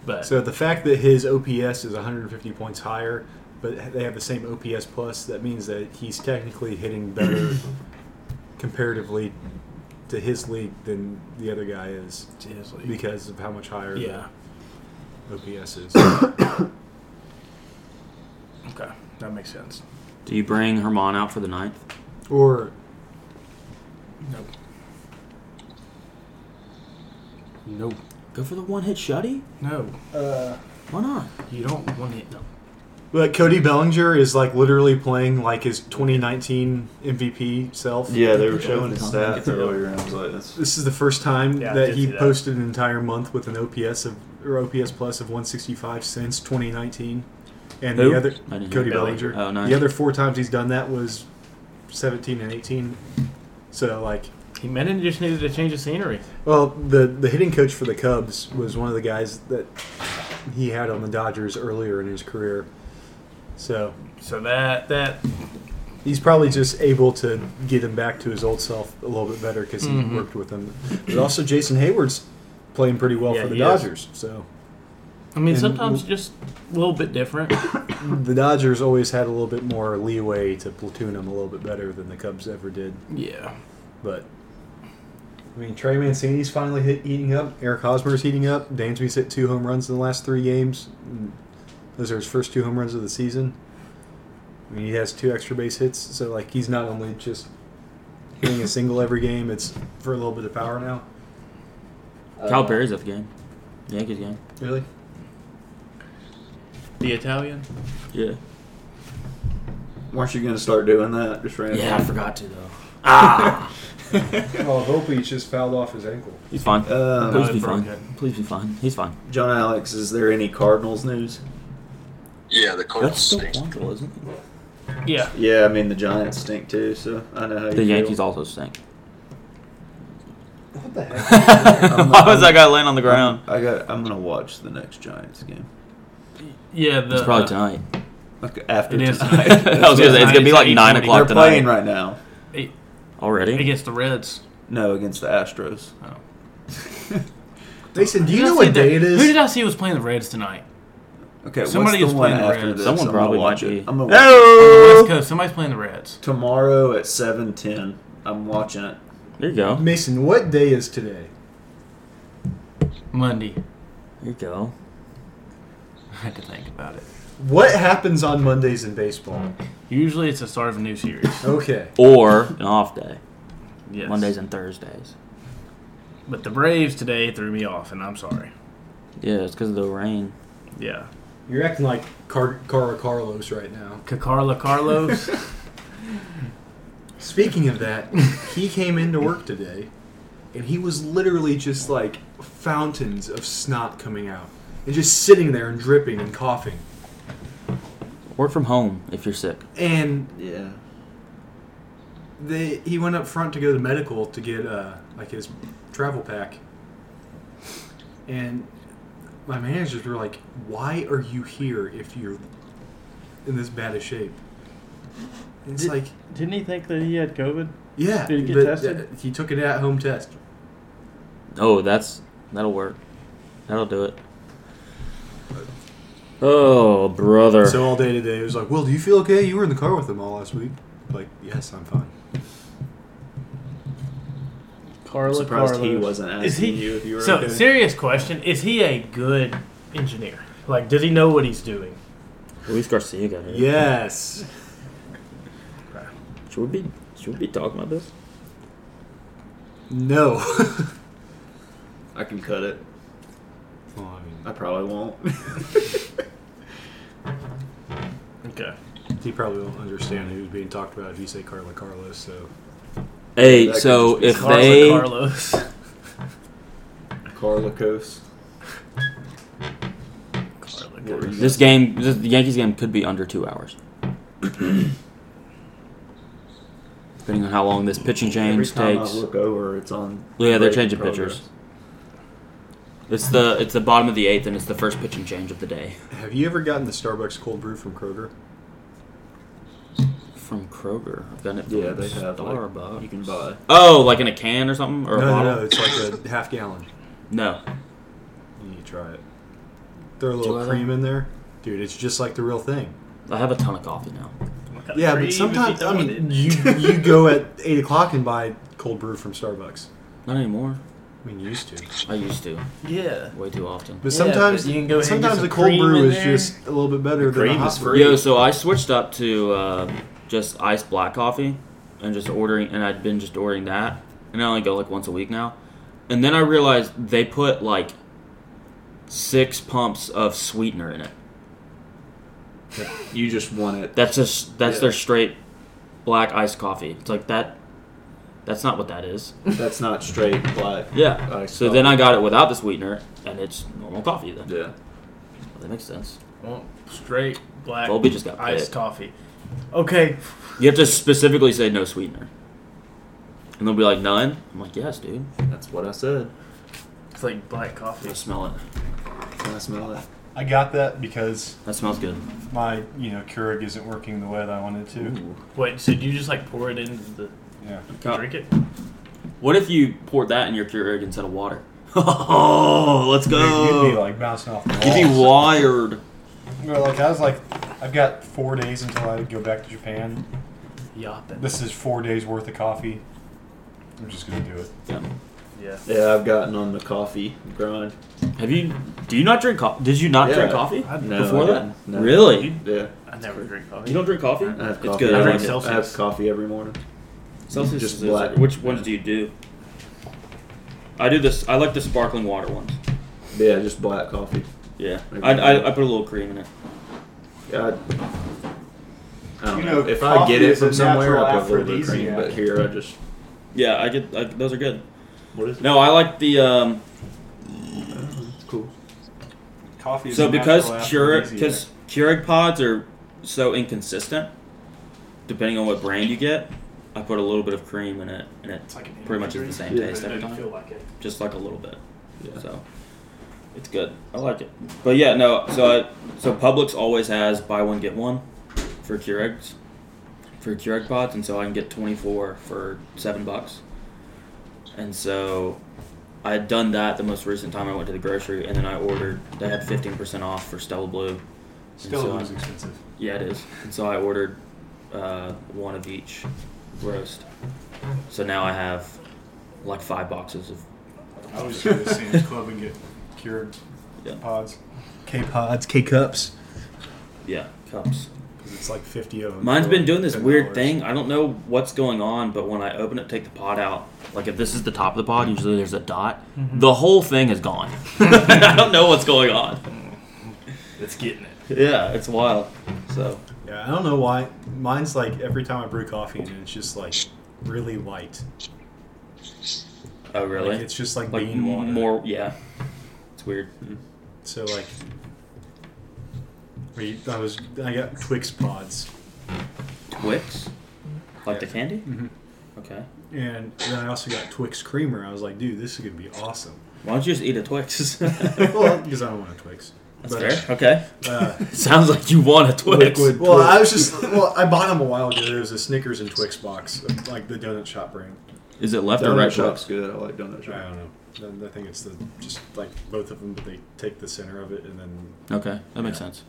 S4: But
S3: So the fact that his OPS is 150 points higher, but they have the same OPS plus, that means that he's technically hitting better comparatively to his league than the other guy is
S4: seriously,
S3: because of how much higher
S4: yeah.
S3: the OPS is.
S4: Okay, that makes sense.
S2: Do you bring Herman out for the ninth?
S3: or
S4: Nope. Nope.
S2: Go for the one hit shutty?
S4: No,
S2: Why not?
S4: you don't want it. No.
S3: like Cody Bellinger is like literally playing like his 2019 MVP self.
S1: Yeah, they were showing his stats earlier, and I was like, that's
S3: This is the first time
S4: Yeah, I
S3: that
S4: did
S3: he
S4: see that.
S3: posted an entire month with an OPS of or OPS plus of 165 since 2019. And
S2: Who?
S3: the other
S2: I didn't
S3: Cody
S2: hear.
S3: Bellinger.
S2: Oh, nice.
S3: The other four times he's done that was 17 and 18. So like,
S4: He meant it. Just needed to change the scenery.
S3: well, the the hitting coach for the Cubs was one of the guys that he had on the Dodgers earlier in his career. So
S4: So that that
S3: he's probably just able to get him back to his old self a little bit better because he
S4: Mhm.
S3: worked with him. But also, Jason Hayward's playing pretty well
S4: Yeah,
S3: for the
S4: he is.
S3: Dodgers. So
S4: I mean,
S3: And
S4: sometimes
S3: w-
S4: just a little bit different.
S3: the Dodgers always had a little bit more leeway to platoon him a little bit better than the Cubs ever did.
S4: Yeah.
S3: But I mean, Trey Mancini's finally hit, heating up. Eric Hosmer's heating up. Dansby's hit two home runs in the last three games. And those are his first two home runs of the season. I mean, he has two extra base hits, so like he's not only just hitting a single every game; it's for a little bit of power now.
S2: Kyle Perry's at the game. Yankees game.
S3: Really?
S4: The Italian.
S2: Yeah.
S1: Weren't you gonna start doing that? Just randomly.
S2: Yeah, I forgot to though. Ah,
S3: Well, Volpe just fouled off his ankle.
S2: he's fine.
S1: Um,
S2: Please
S4: No,
S2: be
S4: it's
S2: fine.
S4: okay.
S2: Please be fine. He's fine.
S1: John Alex, is there any Cardinals news?
S5: Yeah, the Cardinals
S2: That's still
S5: stink.
S2: Quantrill, isn't it?
S4: Yeah.
S1: Yeah, I mean the Giants stink too, so I know how you
S2: The
S1: feel.
S2: Yankees also stink.
S3: What the heck?
S2: Why was that guy laying on the ground?
S1: I got. I'm gonna watch the next Giants game.
S4: Yeah. The,
S2: It's probably
S4: uh,
S2: tonight.
S1: Okay, after
S4: It is
S1: tonight.
S4: tonight.
S2: I was gonna say it's gonna be like nine
S4: They're
S1: They're
S2: o'clock
S1: playing
S2: tonight
S1: right now.
S4: it-
S2: already.
S4: against the Reds.
S1: No, against the Astros.
S4: Oh.
S3: Mason, do
S4: Who
S3: you
S4: did I
S3: know
S4: see
S3: what day it
S4: that- Who
S3: is?
S4: did I see was playing the Reds tonight?
S1: Okay,
S4: Somebody
S1: what's
S4: is
S1: the one
S4: playing the
S1: after
S4: Reds.
S1: this?
S2: Someone
S1: I'm gonna
S2: probably
S1: watch
S2: might be.
S1: it. I'm gonna
S4: West
S1: watch it.
S4: Coast. Somebody's playing the Reds.
S1: Tomorrow at seven ten, I'm watching it.
S2: There you go. There
S3: Mason, what day is today?
S4: Monday.
S2: you go.
S4: I had to think about it.
S3: What happens on Mondays in baseball?
S4: Usually it's the start of a new series.
S3: Hmm. Okay.
S2: Or an off day.
S4: Yes.
S2: Mondays and Thursdays.
S4: But the Braves today threw me off, and I'm sorry.
S2: Yeah, it's because of the rain.
S4: Yeah.
S3: You're acting like Car- Cara Carlos right now.
S4: Kakarla Carlos.
S3: Speaking of that, he came into work today, and he was literally just like fountains of snot coming out, and just sitting there and dripping and coughing.
S2: Work from home if you're sick.
S3: And
S1: Yeah.
S3: they, he went up front to go to medical to get uh, like his travel pack, and my managers were like, "Why are you here if you're in this bad a shape?" And it's
S4: Did-
S3: like,
S4: Didn't he think that he had COVID?
S3: yeah,
S4: Did he get
S3: but,
S4: tested?
S3: uh, he took an at-home test.
S2: Oh, that's that'll work. That'll do it. Oh, brother.
S3: So all day today, it was like, "Will, do you feel okay? You were in the car with him all last week." Like, yes, I'm fine.
S1: I'm
S4: Carla
S1: surprised he
S4: Carlos.
S1: wasn't asking
S4: Is he?
S1: you if you were
S4: so
S1: okay.
S4: serious question: Is he a good engineer? Like, does he know what he's doing?
S2: Luis Garcia got here.
S3: Yes.
S2: Should we be should we be talking about this?
S3: No.
S1: I can cut it.
S3: well, I mean,
S1: I probably won't.
S4: Okay.
S3: he probably won't understand who's being talked about if you say Carla Carlos. So
S2: Hey,
S1: That could
S2: so
S1: just be
S2: if
S4: Carla
S2: they
S4: Carlos.
S1: Carla Coase.
S4: Carla
S1: What were
S4: Carlos.
S1: you-
S2: this game, this the Yankees game could be under two hours, depending on how long this pitching
S1: Every
S2: change
S1: time
S2: takes.
S1: I look over, it's on.
S2: Yeah, they're
S1: break
S2: changing
S1: progress.
S2: pitchers. It's the it's the bottom of the eighth, and it's the first pitching change of the day
S3: have you ever gotten the Starbucks cold brew from Kroger?
S2: from Kroger. I've gotten it from
S1: Yeah, they have.
S2: Starbucks.
S1: Like, you can buy.
S2: Oh, like in a can or something, or a
S3: No, no,
S2: bottle?
S3: no. It's like a half gallon.
S2: No.
S3: You need to try it. Throw a
S2: Do I?
S3: little cream in there, dude. It's just like the real thing.
S2: I have a ton of coffee now.
S4: What kind of
S3: Yeah,
S4: cream
S3: but
S4: is he
S3: sometimes I
S4: throwing
S3: mean,
S4: in?
S3: you you go at eight o'clock and buy cold brew from Starbucks.
S2: Not anymore.
S3: I mean, you used to,
S2: I used to
S4: yeah.
S2: way too often.
S3: but sometimes
S4: but you can go ahead and get
S3: sometimes the
S4: some
S3: cold
S4: cream
S3: brew
S4: in
S3: is
S4: there.
S3: just a little bit better than
S1: cream
S3: the hot
S1: is
S3: brew.
S1: free.
S2: Yo, so I switched up to uh, just iced black coffee and just ordering, and I'd been just ordering that, and I only go like once a week now. And then I realized they put like six pumps of sweetener in it.
S1: You just want it.
S2: That's just that's
S1: Yeah.
S2: their straight black iced coffee. It's like that. That's not what that is.
S1: That's not straight black.
S2: Yeah.
S1: Iced
S2: so then
S1: coffee.
S2: I got it without the sweetener, and it's normal coffee then.
S1: Yeah.
S2: That makes sense.
S4: Well, straight black
S2: Colby just got
S4: iced
S2: bit.
S4: coffee. Okay.
S2: You have to specifically say no sweetener. And they'll be like, none? I'm like, yes, dude.
S1: That's what I said.
S4: It's like black
S2: I
S4: coffee.
S2: smell it.
S1: Can I smell it?
S6: I got that because
S2: That smells good.
S6: my you know Keurig isn't working the way that I wanted to.
S4: Wait, so do you just like pour it into the
S6: Yeah.
S2: Cup.
S4: drink it?
S2: What if you poured that in your Keurig instead of water? oh, let's
S6: Dude, you'd be
S2: go.
S6: like bouncing off the walls.
S2: You'd be wired.
S6: Bro, like I was like, I've got four days until I go back to Japan.
S4: Yoppin'.
S6: This is four days worth of coffee. I'm just gonna do it.
S2: Yeah.
S4: Yeah.
S1: Yeah, I've gotten on the coffee grind.
S2: Have you? Do you not drink coffee? Did you not drink
S1: Yeah.
S2: coffee
S4: I-
S1: No,
S2: before
S1: I
S2: that?
S1: didn't. No.
S2: Really?
S1: Yeah.
S4: I never drink coffee.
S2: Oh, You don't drink coffee?
S1: I have coffee.
S2: it's good. I
S1: every-
S2: like it.
S4: Celsius.
S1: I have coffee every morning.
S2: Celsius
S1: Just
S2: is-
S1: black.
S2: Which ones do you do? I do this. I like the sparkling water ones.
S1: Yeah, just black coffee.
S2: Yeah.
S1: Maybe.
S2: I, I, I put a little cream in it.
S1: I, I don't
S6: You
S1: know.
S6: know,
S1: If I get
S6: coffee
S1: it
S6: is
S1: from
S6: a
S1: somewhere, I
S6: natural
S1: put a little bit of cream.
S6: aphrodisiac.
S1: But here, I just
S2: Yeah, I get I, those are good.
S1: what is it?
S2: No, I like the um,
S1: It's cool.
S6: Coffee.
S2: So because Keurig, because Keurig pods are so inconsistent, depending on what brand you get, I put a little bit of cream in it, and it
S4: It's like an
S2: pretty
S4: energy
S2: much is the
S4: drink,
S2: same
S1: Yeah.
S2: taste
S4: but it
S2: every
S4: doesn't feel
S2: time,
S4: like it.
S2: just like a little bit.
S1: Yeah.
S2: So it's good. I like it. But yeah, no. So I, so Publix always has buy one get one for Keurigs, for Keurig pods, and so I can get twenty four for seven bucks. And so I had done that the most recent time I went to the grocery, and then I ordered. They had fifteen percent off for Stella Blue.
S6: still
S2: so-
S6: it was expensive.
S2: Yeah, it is. And so I ordered uh, one of each roast. So now I have like five boxes of.
S6: I always go to the Sam's Club and get Keurig
S2: Yeah.
S6: pods.
S3: K pods, K cups.
S2: Yeah, cups.
S3: It's like fifty of them.
S2: Mine's
S3: for
S2: been
S3: like
S2: doing this
S3: $10.
S2: weird thing. I don't know what's going on, but when I open it, take the pod out, like if this is the top of the pod, usually there's a dot. The whole thing is gone. I don't know what's going on.
S4: It's getting it.
S2: Yeah, it's wild. So
S3: Yeah, I don't know why. Mine's like every time I brew coffee, and it's just like really light.
S2: oh really?
S3: Like, it's just like,
S2: like
S3: bean water.
S2: more. Yeah, it's weird.
S3: So like, we, I was I got Twix pods,
S2: Twix, like the
S3: Yeah.
S2: candy.
S3: Mhm.
S2: Okay.
S3: and then I also got Twix creamer. I was like, dude, this is gonna be awesome.
S2: Why don't you just eat a Twix?
S3: well, because I don't want a Twix.
S2: That's
S3: But,
S2: fair. Okay.
S3: Uh,
S2: Sounds like you want a Twix.
S3: liquid. Well, I was just well, I bought them a while ago. There was a Snickers and Twix box, like the donut shop brand.
S2: Is it left or
S1: Donut
S2: right
S1: shop's
S2: Twix?
S1: good. I like donut
S3: I
S1: shop.
S3: don't know. Then I think it's the just like both of them, but they take the center of it and then.
S2: Okay, that makes sense.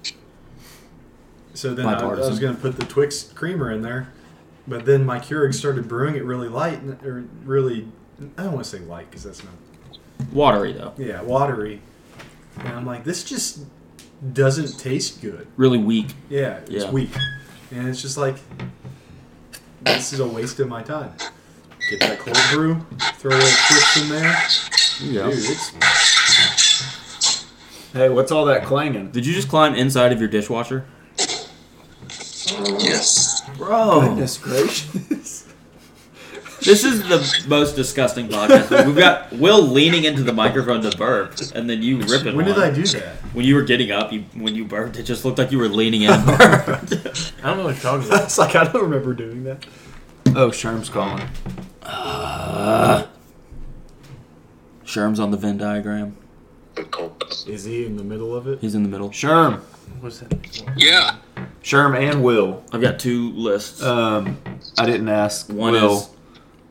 S3: So then I, I was
S2: Bipartisan.
S3: going to put the Twix creamer in there, but then my Keurig started brewing it really light and or really. I don't want to say light because that's not.
S2: Watery though.
S3: Yeah, watery. And I'm like, this just doesn't taste good.
S2: Really weak.
S3: Yeah, it's
S2: Yeah.
S3: weak. And it's just like, this is a waste of my time. Get that cold brew, throw a chips in there.
S2: Yeah.
S3: Dude, it's,
S1: Hey, what's all that clanging?
S2: Did you just climb inside of your dishwasher?
S5: Yes.
S3: Oh.
S2: Bro,
S1: gracious.
S2: this is the most disgusting podcast. We've got Will leaning into the microphone to burp, and then you ripping.
S3: when did
S2: one.
S3: I do that?
S2: When you were getting up, you when you burped, it just looked like you were leaning in. and burped.
S4: I don't know what you're talking about.
S3: That's like, I don't remember doing that.
S1: Oh, Sherm's calling.
S2: Uh, Sherm's on the Venn diagram.
S3: Is he in the middle of it?
S2: He's in the middle.
S1: Sherm,
S4: What's that?
S5: Yeah.
S1: Sherm, and Will.
S2: I've got two lists.
S1: Um, I didn't ask
S2: one
S1: Will.
S2: is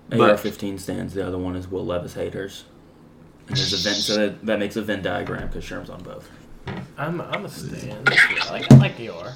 S1: but-
S2: AR-15 stands. The other one is Will Levis haters. And there's a Venn, so that, that makes a Venn diagram because Sherm's on both.
S4: I'm I'm a stan. I like I like ER.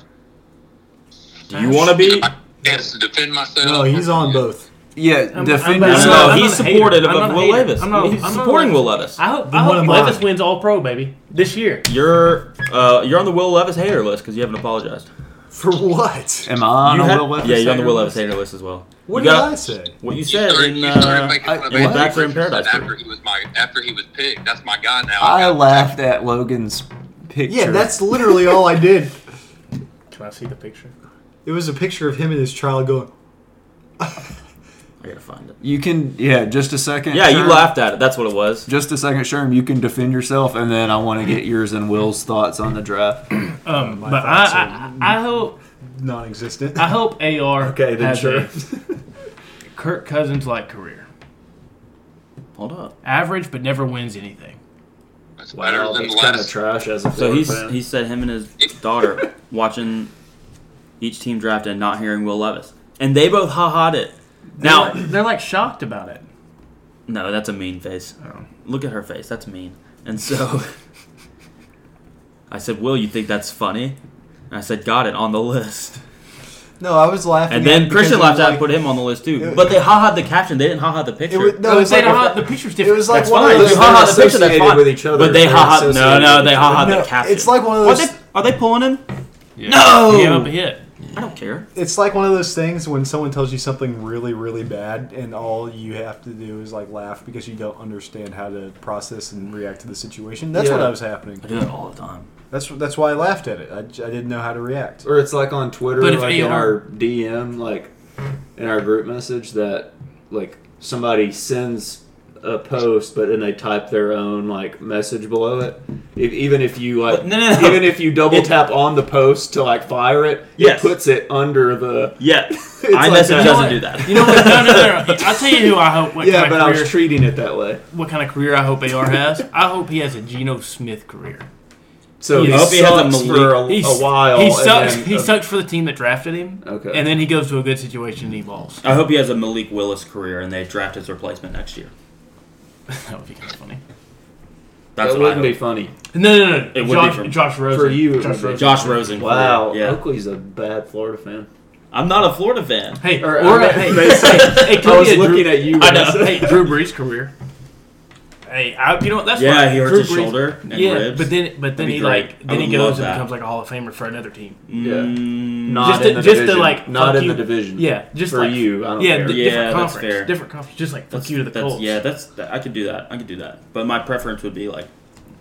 S2: Do you want to be?
S5: Yes, defend myself.
S3: No, Oh, he's on both.
S1: yeah,
S4: I'm-
S1: defend
S4: I'm-
S2: No,
S4: I'm-
S1: yourself.
S2: no,
S4: I'm
S2: he's
S4: not a hater.
S2: supportive
S4: I'm not
S2: of
S4: a
S2: Will
S4: hater.
S2: Levis.
S4: I'm not-
S2: he's
S4: I'm not
S2: supporting
S4: a-
S2: Will Levis.
S4: I hope,
S3: Then
S4: I
S3: what
S4: hope
S3: am
S4: Levis
S3: I?
S4: wins All Pro, baby, this year.
S2: You're uh, you're on the Will Levis hater list because you haven't apologized.
S3: For what?
S1: Am I on
S2: You
S1: a
S2: had-
S1: Will Levis?
S2: yeah, you're on the
S1: hater
S2: Will Levis
S1: list?
S2: hater list as well.
S3: What
S2: you
S3: did
S2: got-
S3: I say?
S2: What you said
S5: started-
S2: in,
S5: you started
S2: uh,
S5: making
S1: I-
S5: fun of
S1: in
S5: me.
S1: the Back
S2: Room Paradise
S5: After
S2: group.
S5: he was my, after he was picked, that's my guy now.
S1: I laughed at Logan's picture.
S3: Yeah, that's literally all I did.
S4: Can I see the picture?
S3: It was a picture of him and his child going,
S2: I gotta find it.
S1: You can, yeah, just a second.
S2: Yeah, you
S1: Sherm.
S2: laughed at it. That's what it was.
S1: Just a second, Sherm. You can defend yourself, and then I want to get yours and Will's thoughts on the draft.
S4: Um,
S3: my
S4: but
S3: thoughts
S4: I, I I hope
S3: non existent.
S2: Uh-huh.
S4: I hope AR
S1: Okay, then
S4: has
S1: sure.
S4: a Kirk Cousins like career,
S2: Hold up.
S4: average but never wins anything.
S5: That's better than the
S1: kinda
S5: last.
S1: trash as a
S2: So
S1: Ford
S2: he's
S1: fan.
S2: he said him and his daughter watching each team draft and not hearing Will Levis, and they both ha ha'd it. Now,
S4: They're like shocked about it.
S2: no, that's a mean face.
S4: Oh.
S2: Look at her face. That's mean. And so I said, Will, you think that's funny? And I said, got it on the list.
S3: No, I was laughing.
S2: And
S3: at
S2: then
S3: it because
S2: Christian
S3: it was
S2: laughed out and
S3: like-
S2: put him on the list too.
S3: It-
S2: But they ha ha'd the caption. They didn't ha ha the picture.
S3: It was, no,
S4: No,
S3: it was
S4: they
S3: like,
S4: don't have- the picture's different.
S3: it was like
S2: That's
S3: one
S2: fine.
S3: of
S2: You
S3: those.
S2: ha ha the picture. That's
S1: associated
S2: fine.
S1: with each other.
S2: But they
S1: They're
S2: ha ha. No,
S1: associated
S2: no,
S1: with
S2: they
S1: each
S2: ha ha the
S3: No,
S2: caption.
S3: it's like one of
S2: What
S3: those-
S2: they- Are they pulling him?
S4: Yeah,
S2: No.
S4: but hit.
S2: I don't care.
S3: It's like one of those things when someone tells you something really, really bad, and all you have to do is like laugh because you don't understand how to process and react to the situation. That's what
S1: Yeah.
S3: I was happening.
S2: I do that all the time.
S3: That's that's why I laughed at it. I, j- I didn't know how to react.
S1: or it's like on Twitter,
S4: But if
S1: like in
S4: AR
S1: our DM, like in our group message, that like somebody sends a post, but then they type their own like message below it. If, even if you like,
S2: But no, no, no.
S1: even if you double
S2: It-
S1: tap on the post to like fire it,
S2: Yes.
S1: it puts it under the.
S2: Yeah.
S1: like
S2: iMessage
S1: that.
S2: doesn't do that.
S4: You know what? No, no, no. no. I'll tell you who I hope. What
S1: Yeah,
S4: kind
S1: but
S4: of
S1: I
S4: career,
S1: was treating it that way.
S4: what kind of career I hope AR has? I hope he has a Geno Smith career.
S1: So
S4: He
S1: he,
S2: hope he has a
S1: sucks
S2: Malik-
S1: for a,
S4: He's,
S1: a while.
S4: He
S1: and
S4: sucks.
S1: then-
S4: he sucks for the team that drafted him.
S1: Okay.
S4: And then he goes to a good situation and evolves.
S2: I hope he has a Malik Willis career and they draft his replacement next year.
S4: that would be kind of funny.
S2: That's
S1: that
S2: what I
S1: wouldn't be
S2: hope.
S1: funny.
S4: No, no, no.
S2: It would be
S4: Josh,
S2: for-
S4: Josh Rosen.
S1: for you, it
S4: Josh
S1: would be.
S4: Rosen.
S2: Josh Rosen. career,
S1: Wow,
S2: Yeah.
S1: Oakley's a bad Florida fan.
S2: I'm not a Florida fan.
S4: Hey,
S1: Or,
S4: or,
S1: uh,
S4: hey,
S1: they
S4: hey,
S1: said-
S4: hey, it could
S1: I
S4: be
S1: was
S4: a
S1: looking
S4: Drew,
S1: at you.
S4: I
S1: when
S4: know.
S1: said-
S4: hey, Drew Brees' career. Hey, I, you know what? That's
S2: Yeah,
S4: fine.
S2: he hurts
S4: Drew
S2: his
S4: Brees-
S2: shoulder and
S4: yeah,
S2: ribs.
S4: but then, but
S2: That'd
S4: then
S2: be
S4: he
S2: great.
S4: like,
S2: I
S4: then he
S2: would
S4: goes
S2: love
S4: and
S2: that.
S4: becomes like a Hall of Famer for another team.
S2: Mm,
S1: Not
S4: Just
S1: in
S4: to-
S1: the
S4: just to,
S1: division.
S4: like,
S1: not
S4: fuck
S1: in the
S4: you.
S1: division.
S4: Yeah, just
S1: for
S4: like-
S1: you. I don't
S4: yeah,
S1: care.
S4: d-
S2: Yeah,
S4: different
S2: that's
S4: conference,
S2: fair.
S4: different conference. Just like fuck
S2: That's,
S4: you to the
S2: that's,
S4: Colts.
S2: yeah, that's that, I could do that. I could do that. But my preference would be like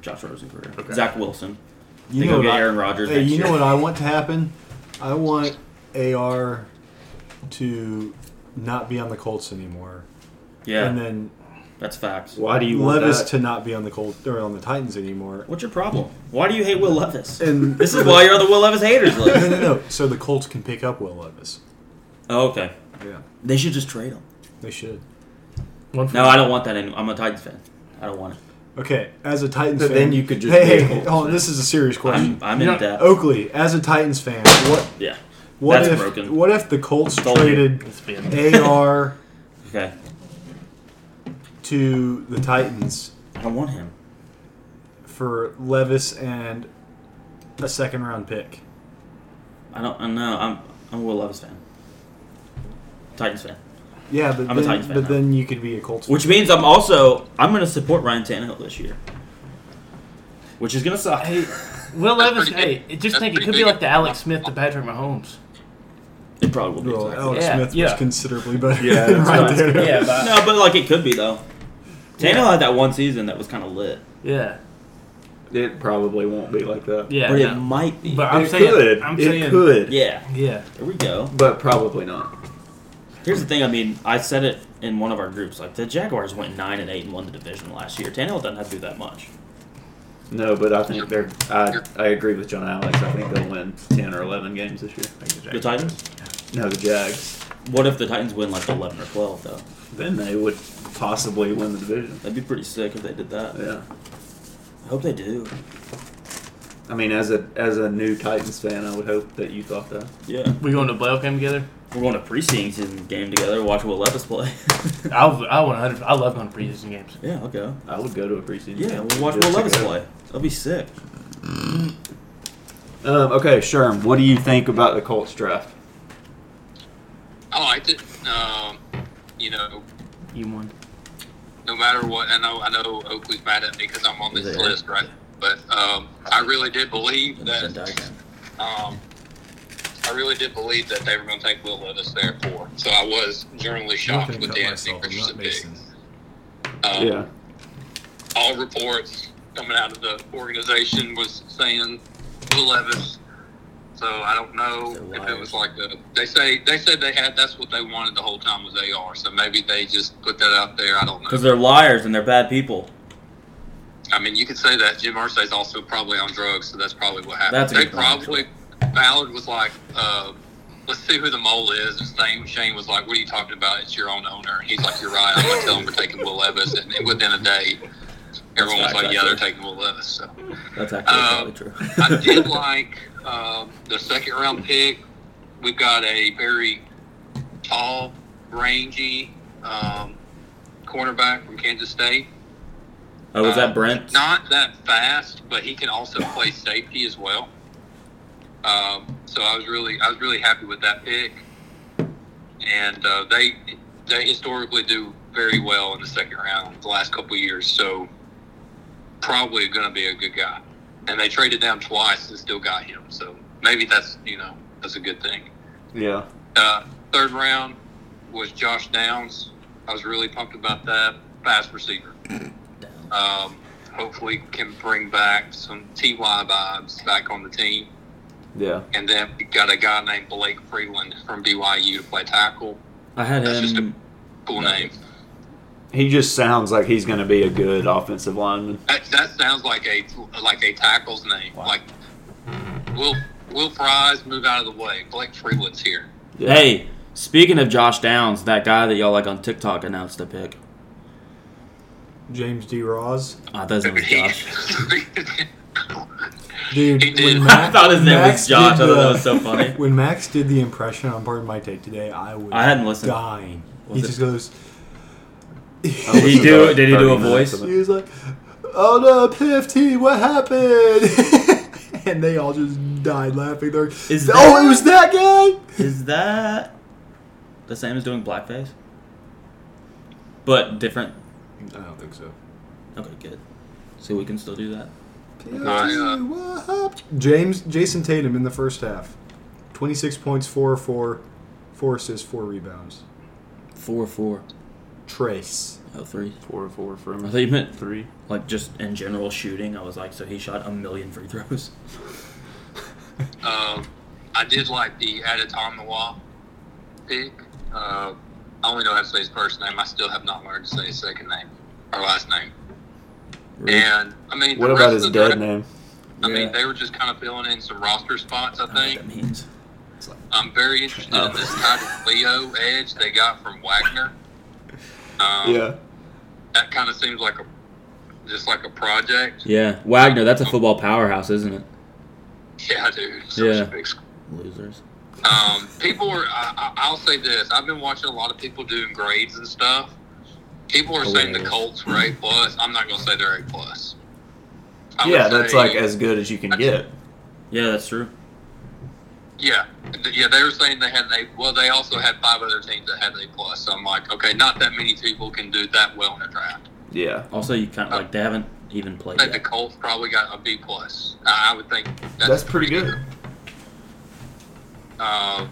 S2: Josh Rosen career,
S4: Okay.
S2: Zach Wilson.
S3: You
S2: they
S3: know
S2: go get
S3: what I-
S2: Aaron Rodgers.
S3: Hey,
S2: next
S3: you
S2: year.
S3: know what I want to happen? I want AR to not be on the Colts anymore,
S2: Yeah,
S3: and then
S2: that's facts.
S1: Why do you want
S3: Levis
S1: that?
S3: to not be on the Colts or on the Titans anymore.
S2: What's your problem? Why do you hate Will Levis?
S3: And
S2: This is why you're on the Will Levis haters
S3: no,
S2: list.
S3: no, no. So the Colts can pick up Will Levis.
S2: oh, okay.
S3: Yeah,
S2: They should just trade him.
S3: they should.
S4: One for-
S2: No, I don't want that anymore. I'm a Titans fan. I don't want it.
S3: Okay, as a Titans
S1: But
S3: fan,
S1: then you could just
S3: hey,
S1: be a
S3: hey,
S1: Colts
S3: hold on,
S2: fan.
S3: this is a serious question.
S2: I'm, I'm
S4: You
S2: in
S4: know,
S2: depth.
S3: Oakley, as a Titans fan, what
S2: yeah.
S3: what
S2: That's
S3: if
S2: broken.
S3: what if the Colts
S2: Sold it.
S3: traded
S4: It's been
S3: AR
S2: Okay.
S3: to the Titans
S2: I don't want him.
S3: for Levis and a second round pick?
S2: I don't. I know. I'm. I'm a Will Levis fan. Titans fan.
S3: Yeah, but
S2: I'm a
S3: then,
S2: Titans fan
S3: but
S2: now.
S3: then you could be a Colts. fan.
S2: Which means I'm also I'm going to support Ryan Tannehill this year, which is going to suck.
S4: Will Levis. Hey, it- just think it could be like the Alex Smith to Patrick Mahomes.
S2: It probably will be.
S3: well,
S2: exactly.
S3: Alex
S4: Yeah,
S3: Smith was
S4: yeah.
S3: considerably better.
S1: Yeah,
S3: than
S1: that's
S3: Ryan
S1: right.
S3: Tannehill.
S4: Yeah, but
S2: No, but like it could be though. Tannehill had that one season that was kind of lit,
S4: yeah,
S1: It probably won't be like that.
S4: yeah.
S2: but it
S4: no.
S2: might be.
S4: But I'm
S1: it
S4: saying,
S1: could.
S4: I'm
S1: it
S4: saying,
S1: could.
S2: yeah,
S4: yeah.
S2: there we go.
S1: But probably not.
S2: Here's the thing. I mean, I said it in one of our groups. Like the Jaguars went nine and eight and won the division last year. Tannehill doesn't have to do that much.
S1: No, but I think they're. I, I agree with John Alex. I think they'll win ten or eleven games this year.
S2: The Titans.
S1: No, the Jags.
S2: What if the Titans win like eleven or twelve though?
S1: Then they would possibly win the division.
S2: That'd be pretty sick if they did that.
S1: Yeah.
S2: I hope they do.
S1: I mean, as a as a new Titans fan, I would hope that you thought that.
S2: Yeah,
S4: We going to a playoff game together?
S2: we're going to preseason game together. Watch Will Levis play.
S4: I'll, I want 100. I love going to preseason games.
S2: yeah, okay.
S1: I would go to a preseason.
S2: Yeah,
S1: game
S2: we'll watch
S1: just
S2: Will
S1: to
S2: Levis
S1: go.
S2: play. That'll be sick.
S1: Um, okay, Sherm, what do you think about the Colts draft?
S7: I liked it. Um, you know,
S4: You won.
S7: no matter what, I know I know Oakley's mad at me because I'm on this
S2: Is it?
S7: list, right? But um, I really did believe that. Um, I really did believe that they were going to take Will Levis there at four. So I was generally shocked
S6: I'm gonna
S7: with
S6: cut
S7: the Anthony
S6: myself. I'm not
S7: Richardson pick.
S6: Mason.
S7: Um, all reports coming out of the organization was saying Will Levis. So I don't know
S2: They're
S7: if it
S2: liars.
S7: was like the they say they said they had that's what they wanted the whole time was AR. So maybe they just put that out there. I don't
S2: Because
S7: know.
S2: they're liars and they're bad people.
S7: I mean, you could say that Jim Irsay's also probably on drugs, so that's probably what happened.
S2: That's a
S7: they
S2: good point,
S7: probably Ballard was like, uh, "Let's see who the mole is," and Shane, Shane was like, "What are you talking about? It's your own owner." And he's like, "You're right. I'm gonna tell him we're taking Will Levis," and within a day, everyone was
S2: That's
S7: like, "Yeah, they're
S2: actually-
S7: taking Will Levis." So.
S2: That's actually probably
S7: Uh,
S2: true.
S7: I did like um, the second round pick. We've got a very tall, rangy um, cornerback from Kansas State.
S2: Oh, was that
S7: Uh,
S2: Brent?
S7: Not that fast, but he can also play safety as well. Um, so I was really, I was really happy with that pick. And uh, they, they historically do very well in the second round the last couple of years. So probably going to be a good guy. And they traded down twice and still got him. So maybe that's you know that's a good thing.
S1: Yeah.
S7: Uh, third round was Josh Downs. I was really pumped about that fast receiver. Um, hopefully, can bring back some Ty vibes back on the team.
S1: Yeah.
S7: And then we got a guy named Blake Freeland from BYU to play tackle.
S2: I had
S7: That's just
S2: him.
S7: Cool name.
S1: He just sounds like he's going to be a good offensive lineman.
S7: That, that sounds like a like a tackle's name. Like Will Will Fries move out of the way. Blake Freeland's here.
S1: Yeah.
S2: Hey, speaking of Josh Downs, that guy that y'all like on TikTok announced a pick.
S3: James D. Ross,
S2: Ah, that's his name was Josh.
S3: dude.
S7: He did.
S3: when
S2: I
S3: Max-
S2: thought his name
S3: Max
S2: was Josh. I
S3: did
S2: thought that
S3: the-
S2: was so funny.
S3: When Max did the impression on Pardon My Take today, I was
S2: I hadn't listened.
S3: dying.
S2: Was it-
S3: he
S2: Oh,
S3: just goes.
S1: I
S2: he
S1: listened
S2: do-
S1: to
S2: did he do
S1: 30
S2: a
S1: minutes
S2: voice?
S1: of
S3: He
S1: it.
S3: was like, "Oh no, PFT, what happened?" and they all just died laughing. They're,
S2: Is
S3: oh,
S2: that-
S3: it was that guy.
S2: Is that the same as doing blackface? But different.
S6: I don't think so.
S2: Okay, good. So we can still do that.
S3: PFT, what happened? James Jason Tatum in the first half, twenty six points, four four, four assists, four rebounds.
S2: Four four
S3: Trace.
S2: oh three.
S1: Four or four from
S2: I thought you meant
S1: three.
S2: like just in general shooting. I was like, so he shot a million free throws.
S7: Um, I did like the Adetamawa pick. Uh, I only know how to say his first name. I still have not learned to say his second name or last name. And I mean,
S1: What
S7: the
S1: about
S7: rest
S1: his
S7: of the
S1: dead
S7: draft-
S1: name?
S7: I
S2: Yeah.
S7: mean, they were just kind of filling in some roster
S1: Oh,
S7: spots. I
S2: I don't know
S7: think
S2: what that means.
S7: I'm very interested
S2: Oh.
S7: in this Titus Leo edge they got from Wagner. Um,
S1: yeah.
S7: that kind of seems like a just like a project.
S2: Yeah, Wagner. That's a football powerhouse, isn't it?
S7: Yeah, dude. Such
S2: Yeah.
S7: a big school.
S2: Losers.
S7: Um, people are. I, I, I'll say this. I've been watching a lot of people doing grades and stuff. People are saying the
S2: Hilarious.
S7: Colts were A plus. I'm not gonna say they're A plus. I would
S1: yeah, that's
S7: say-
S1: like as good as you can get.
S2: Yeah, that's true.
S7: Yeah, Th- yeah. They were saying they had an A. Well, they also had five other teams that had A plus. So I'm like, okay, not that many people can do that well in a draft.
S1: Yeah.
S2: Also, you kind of like they haven't even
S7: Uh, I
S2: played
S7: think the
S2: yet.
S7: Colts probably got a B plus. I I would think that's,
S1: That's pretty good.
S7: Uh,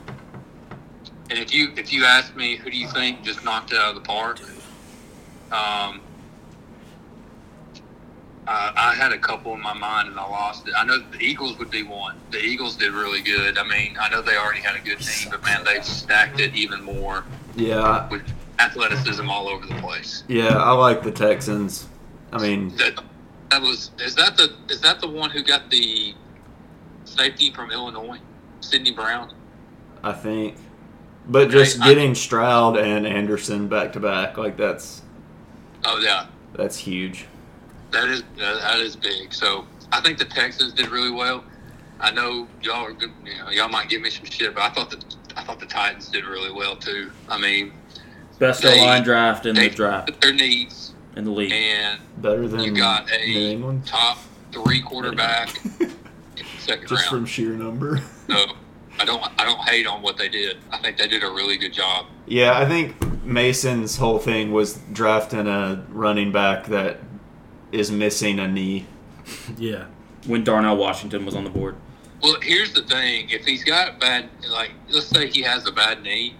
S7: and if you if you ask me, who do you think just knocked it out of the park? Um, I, I had a couple in my mind and I lost it. I know the Eagles would be one. The Eagles did really good. I mean, I know they already had a good team, but man, they've stacked it even more
S1: Yeah.
S7: with athleticism all over the place.
S1: Yeah, I like the Texans. I mean,
S7: That that was is that the is that the one who got the safety from Illinois, Sidney Brown?
S1: I think. But just getting Stroud and Anderson back to back, like that's
S7: Oh yeah,
S1: that's huge.
S7: That is that that is big. So I think the Texans did really well. I know y'all are good. You know, y'all might give me some shit, but I thought the I thought the Titans did really well too. I mean,
S2: Best
S7: They-
S2: O line draft in
S7: they
S2: the draft
S7: fit their needs,
S2: in the league.
S7: and
S1: Better than
S7: you got a
S1: New England,
S7: top three quarterback in the second
S1: just
S7: round.
S1: from sheer number.
S7: so I don't I don't hate on what they did. I think they did a really good job.
S1: Yeah, I think Mason's whole thing was drafting a running back that is missing a knee.
S4: Yeah.
S2: When Darnell Washington was on the board,
S7: Well, here's the thing: if he's got bad, like let's say he has a bad knee,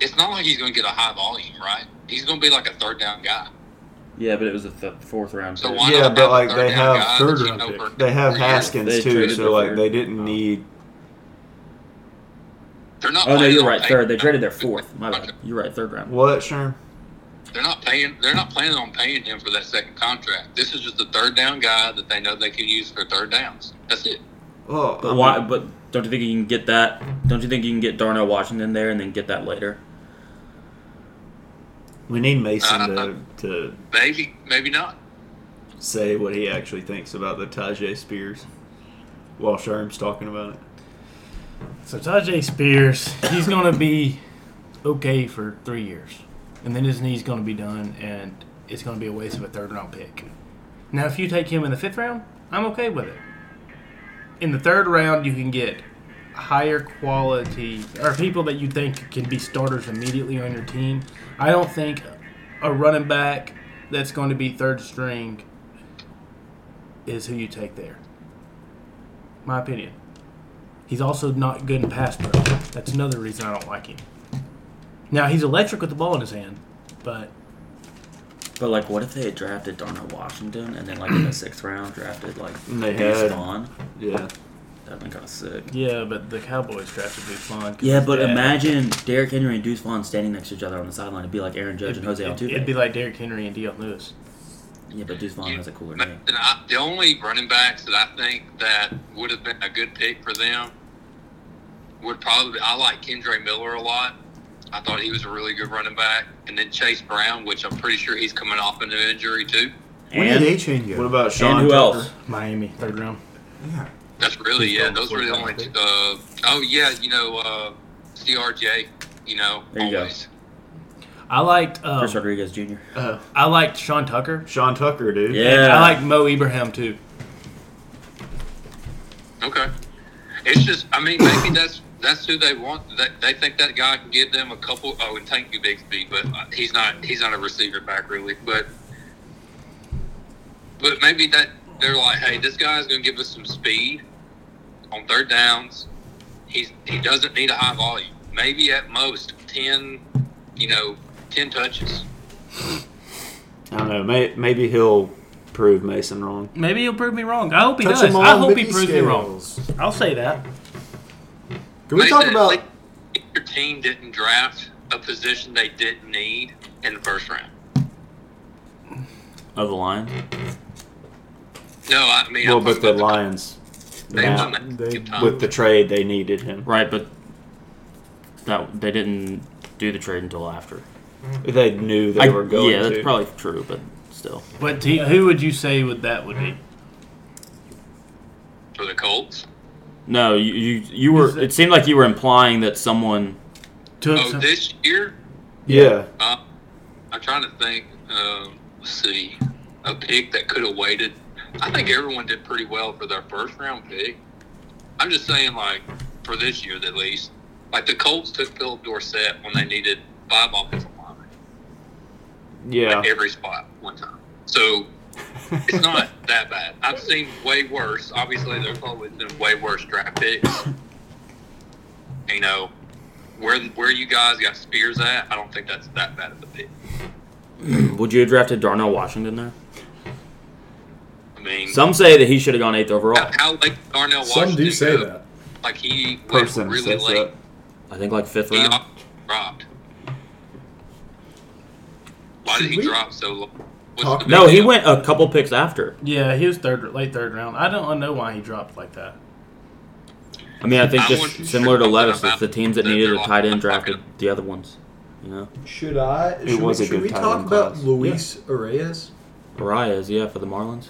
S7: it's not like he's going to get a high volume, right? He's going to be like a third down guy.
S2: yeah, but it was the th- fourth round.
S7: So
S2: pick.
S7: why
S1: Yeah,
S7: not
S1: but,
S7: have a
S1: like, they have
S7: down guy
S3: third
S7: that you
S3: round
S7: know
S3: picks.
S7: for-
S1: They have
S7: for years?
S1: Haskins
S2: They
S1: too,
S2: traded
S1: so
S2: the
S1: like
S2: third.
S1: they didn't need.
S7: They're not
S2: Oh no,
S7: playing
S2: you're
S7: on
S2: right.
S7: paper.
S2: Third, they traded their fourth. My bad. You're right. Third round.
S1: What, Sherm?
S7: They're not paying. They're not planning on paying him for that second contract. This is just a third down guy that they know they can use for third downs. That's it.
S1: Well, Oh, I
S2: But why?
S1: mean,
S2: But don't you think you can get that? Don't you think you can get Darnell Washington there and then get that later?
S1: we need Mason
S7: Uh,
S1: to, to
S7: Maybe, maybe not.
S1: say what he actually thinks about the Tajay Spears while Sherm's talking about it.
S4: So Tajay Spears, he's going to be okay for three years, and then his knee's going to be done, and it's going to be a waste of a third round pick. Now, if you take him in the fifth round, I'm okay with it. In the third round, you can get higher quality or people that you think can be starters immediately on your team. I don't think a running back that's going to be third string is who you take there. My opinion. He's also not good in pass pro. That's another reason I don't like him. Now he's electric with the ball in his hand, but
S2: But like, what if they had drafted Darnell Washington and then like in the sixth round drafted like
S1: And they
S2: Deuce
S1: had-
S2: Vaughn?
S1: Yeah.
S2: That'd been kind of sick.
S4: yeah, but the Cowboys drafted Big Fun.
S2: Yeah, but imagine Derrick Henry and Deuce Vaughn standing next to each other on the sideline. It'd be like Aaron Judge and Jose
S4: it'd,
S2: Altuve.
S4: it'd be like Derrick Henry and Dion Lewis.
S2: yeah, but Deuce Vaughn has a cooler name.
S7: And I, the only running backs that I think that would have been a good pick for them would probably I like Kendra Miller a lot. I thought he was a really good running back, and then Chase Brown, which I'm pretty sure he's coming off an injury too.
S3: When
S2: And-
S3: did A chain go?
S1: What about Sean?
S2: And who
S1: Tucker?
S2: else?
S4: Miami third round.
S7: That's really
S3: Please
S7: yeah.
S3: don't
S7: Those were the
S3: forget
S7: only.
S3: that.
S7: Uh, oh yeah, you know, uh, CRJ. You know,
S2: There you go.
S7: always.
S4: I liked um,
S2: Chris Rodriguez Jr.
S1: Uh,
S4: I liked Sean Tucker.
S1: Sean Tucker, dude.
S2: Yeah.
S4: And I like Mo Ibrahim too.
S7: Okay. It's just, I mean, maybe that's that's who they want. They, they think that guy can give them a couple. Oh, and thank you, Bigsby, but uh, he's not he's not a receiver back really. But but maybe that they're like, hey, this guy's going to give us some speed on third downs. He's he doesn't need a high volume. Maybe at most ten, you know, ten touches.
S1: I don't know. May, maybe he'll prove Mason wrong.
S4: Maybe he'll prove me wrong. I hope he
S3: Touch
S4: does.
S3: him
S4: I
S3: on
S4: hope he
S3: Mickey
S4: proves me wrong.
S3: scales.
S4: I'll say that.
S3: Can we
S7: Like
S3: talk
S7: that,
S3: about?
S7: like, if your team didn't draft a position they didn't need in the first round?
S2: Of the line.
S7: No, I mean,
S1: Well,
S7: I'm
S1: but
S7: talking
S1: the
S7: about
S1: Lions,
S7: They
S1: now,
S7: won that
S3: they-
S7: game time.
S1: with the trade, they needed him.
S2: Right, but that they didn't do the trade until after.
S1: They knew they
S2: I-
S1: were going
S2: yeah,
S1: to.
S2: that's probably true, but still.
S4: What team? Who would you say would that would be?
S7: for the Colts.
S2: No, you you, you were. It seemed like you were implying that someone.
S4: Took
S7: Oh,
S4: some-
S7: this year,
S1: Yeah.
S7: uh, I'm trying to think. Um, let's see, a pick that could have waited. I think everyone did pretty well for their first round pick. I'm just saying, like for this year at least, like the Colts took Philip Dorsett when they needed five offensive linemen.
S1: Yeah.
S7: every spot one time. So it's not that bad. I've seen way worse. Obviously, there's always been way worse draft picks. You know, where where you guys got Spears at, I don't think that's that bad of a pick.
S2: Would you have drafted Darnell Washington there?
S7: I mean,
S2: Some say that he should have gone eighth
S7: how,
S2: overall.
S7: how late did Darnell Washington
S6: Some do say
S7: go?
S6: that.
S7: Like he went
S1: Person
S7: really
S1: says
S7: late.
S1: that.
S2: I think like fifth
S7: He
S2: round.
S7: op- dropped. Why did he
S6: Should we
S7: drop so low? What's
S6: talk
S7: the big
S2: No, he
S7: deal?
S2: went a couple picks after.
S4: yeah, he was third, late third round. I don't know why he dropped like that.
S2: I mean, I think
S7: I
S2: just
S7: wasn't
S2: similar to
S7: sure about
S2: Levis,
S7: that.
S2: it's the teams that
S7: They're
S2: needed a
S7: like-
S2: tight end drafted the other ones. You know,
S3: Should I? Should
S1: was
S3: we,
S1: a
S3: should
S1: good
S3: we
S1: tight
S3: talk
S1: end
S3: about
S1: class.
S3: Luis Arias?
S2: Arias, yeah, for the Marlins.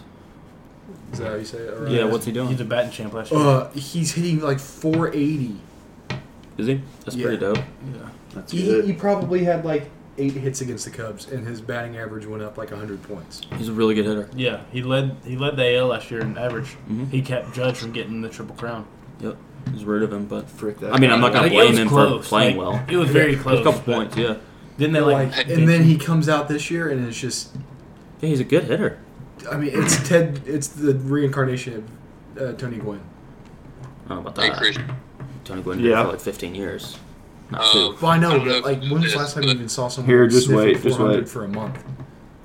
S3: Is that how you say it? Arias?
S2: Yeah, what's he doing?
S4: He's a batting champ last year.
S3: Uh, he's hitting like 480.
S2: Is he? That's
S3: Yeah.
S2: pretty dope.
S4: yeah.
S1: That's
S3: He,
S1: good.
S3: he probably had like eight hits against the Cubs, and his batting average went up like 100 points.
S2: He's a really good hitter.
S4: yeah, he led he led the AL last year in average.
S2: Mm-hmm.
S4: He kept Judge from getting the triple crown.
S2: Yep, it was rude of him, but
S1: Frick that.
S2: I mean, I'm not
S4: Like,
S2: gonna
S4: it
S2: blame
S4: was
S2: him for
S4: close.
S2: playing
S4: Like,
S2: well.
S4: It was very
S2: There's
S4: close.
S2: a couple
S4: but
S2: points, yeah.
S4: Didn't they like?
S3: Like, and then he comes out this year, and it's just,
S2: Yeah, he's a good hitter.
S3: I mean, it's Ted, it's the reincarnation of uh, Tony Gwynn.
S2: I don't know about
S7: Hey,
S2: that.
S7: Christian.
S2: Tony Gwynn did it
S1: Yeah.
S2: for like 15 years. Not
S7: Uh,
S2: two.
S3: Well, I
S7: I
S3: know,
S7: don't know
S3: but like,
S7: if
S3: when was
S7: this-
S3: the last time you even saw someone
S1: Here, just
S3: sniff at
S1: wait, just
S3: 400
S1: wait.
S3: for a month?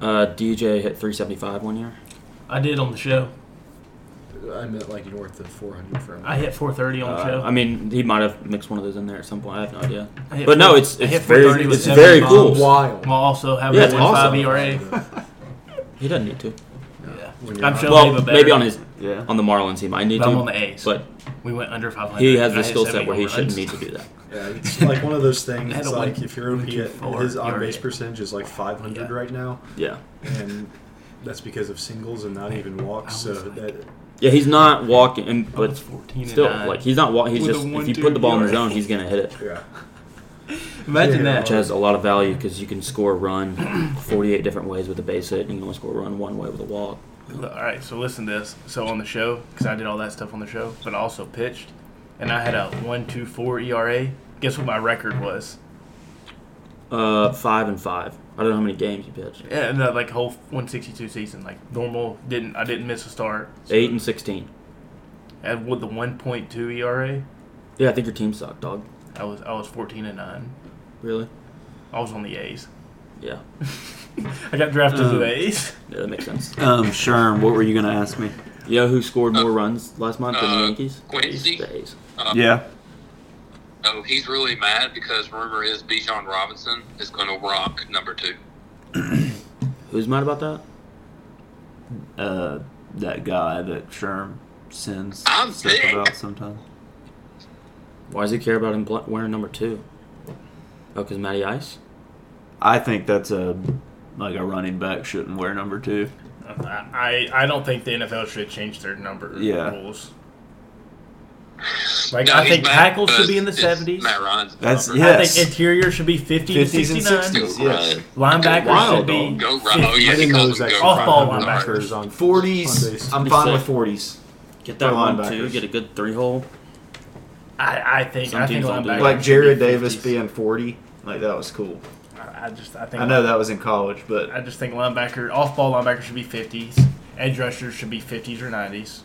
S2: Uh, DJ hit 375 one year.
S4: I did on the show.
S3: I meant like north of 400 for a month.
S4: I hit 430 on the
S2: Uh,
S4: show.
S2: I mean, he might have mixed one of those in there at some point. I have no idea.
S4: I hit
S2: But no,
S4: four-
S2: it's
S4: I hit
S2: it's very
S4: 430 with
S2: it's
S4: seven
S2: very
S4: bombs.
S2: cool.
S3: Wild.
S4: I'm also having
S2: Yeah,
S4: a
S2: it's
S4: 1.5
S2: awesome.
S4: ERA.
S2: He doesn't need to.
S4: Yeah.
S3: When you're
S4: I'm
S3: out.
S4: sure
S2: Well,
S4: Leyva better.
S2: maybe on his
S1: yeah.
S2: on the Marlins he might need
S4: But
S2: to.
S4: I'm on the A's.
S2: But
S4: we went under 500.
S2: he has
S4: I
S2: the
S4: hit
S2: skill
S4: 70
S2: set where he
S4: home
S2: shouldn't
S4: runs.
S2: need to do that.
S3: Yeah, it's like one of those things.
S4: I had
S3: It's
S4: a
S3: like
S4: one-
S3: if you're OP,
S4: one, two, four,
S3: his on base
S4: ERA.
S3: percentage is like 500
S4: Yeah.
S3: right now,
S2: Yeah.
S3: and that's because of singles and not even walks.
S4: I
S3: So
S4: was like-
S3: that
S2: Yeah, he's not walking, and,
S4: I was
S2: but
S4: 14
S2: still,
S4: and nine.
S2: like he's not walking. He's
S4: With a
S2: just if
S4: one,
S2: you
S4: two,
S2: put the ball in the
S4: you're-
S2: zone, he's gonna hit it,
S3: yeah,
S4: Imagine
S3: Yeah.
S2: which
S4: that.
S2: has a lot of value because you can score a run 48 different ways with a base hit, and you can only score a run one way with a walk.
S4: All right, so listen to this. So on the show, because I did all that stuff on the show, but I also pitched, and I had a one two four ERA. Guess what my record was?
S2: Uh, five and five. I don't know how many games you pitched.
S4: Yeah, and uh, like whole 162 season, like normal. Didn't I didn't miss a start.
S2: Eight and 16.
S4: And with the 1.2 ERA,
S2: Yeah, I think your team sucked, dog.
S4: E I was I was 14 and nine.
S2: Really?
S4: I was on the A's.
S2: Yeah.
S4: I got drafted to
S1: Um,
S4: the A's.
S2: Yeah, that makes sense.
S1: Um, Sherm, what were you gonna ask me?
S2: You know who scored more runs last month than the
S7: uh,
S2: Yankees?
S7: Quincy?
S2: The A's.
S1: Yeah.
S7: Oh, he's really mad because rumor is Bijan Robinson is going to rock number two.
S2: Who's mad about that?
S1: Uh, that guy that Sherm sends
S7: I'm
S1: stuff
S7: sick.
S1: about sometimes.
S2: Why does he care about him bl- wearing number two? Oh, because Matty Ice?
S1: I think that's a like a running back shouldn't wear number two.
S4: I, I don't think the NFL should change their number
S1: Yeah.
S4: rules. Like
S7: No,
S4: I
S7: he's
S4: think
S7: mad
S4: tackles should be in the
S7: because
S4: seventies.
S7: it's Matt Ryan's
S1: That's-
S7: number.
S1: yeah.
S4: I
S1: Yes.
S4: think interior should be fifty to
S1: 50s
S4: sixty
S1: and
S4: nine.
S7: Go
S1: 60s. Yes.
S7: Ryan.
S4: Linebackers
S1: Wild,
S4: should be
S7: Go Ryan. Oh, yeah,
S3: I
S7: he
S3: didn't know it
S7: calls
S3: was
S7: him
S3: actually
S7: Go
S4: Off ball
S7: Ryan.
S3: 500
S4: linebackers.
S3: on on base.
S1: Forties. I'm fine with forties.
S2: Get that
S1: For
S2: one, two.
S1: linebackers.
S2: Get a good three hole.
S4: I, I think
S2: Some
S4: I think
S2: teams don't do
S4: linebackers.
S2: that.
S1: Like
S4: should
S1: Jared
S4: be
S1: Davis
S4: 50s.
S1: being forty, like that was cool.
S4: I I just I think
S1: I know that was in college, but
S4: I just think linebacker off ball linebacker should be fifties. Edge rushers should be fifties or nineties.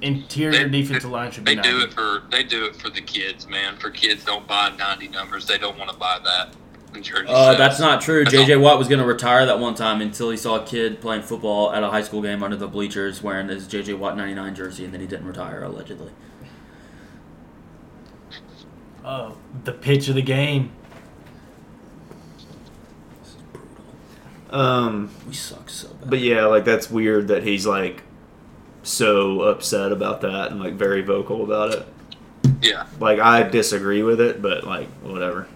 S4: Interior
S7: They-
S4: defensive line should be
S7: They do
S4: nineties.
S7: it for they do it for the kids, man. For kids, don't buy ninety numbers. They don't want to buy that. in jersey
S2: Uh,
S7: sets.
S2: that's not true.
S7: That's
S2: JJ
S7: all.
S2: Watt was going to retire that one time until he saw a kid playing football at a high school game under the bleachers wearing his JJ Watt 99 jersey, and then he didn't retire, allegedly.
S4: Oh, the pitch of the game.
S1: um,
S2: We suck so bad.
S1: but yeah, like that's weird that he's like so upset about that and like very vocal about it.
S7: yeah.
S1: Like I disagree with it, but like whatever.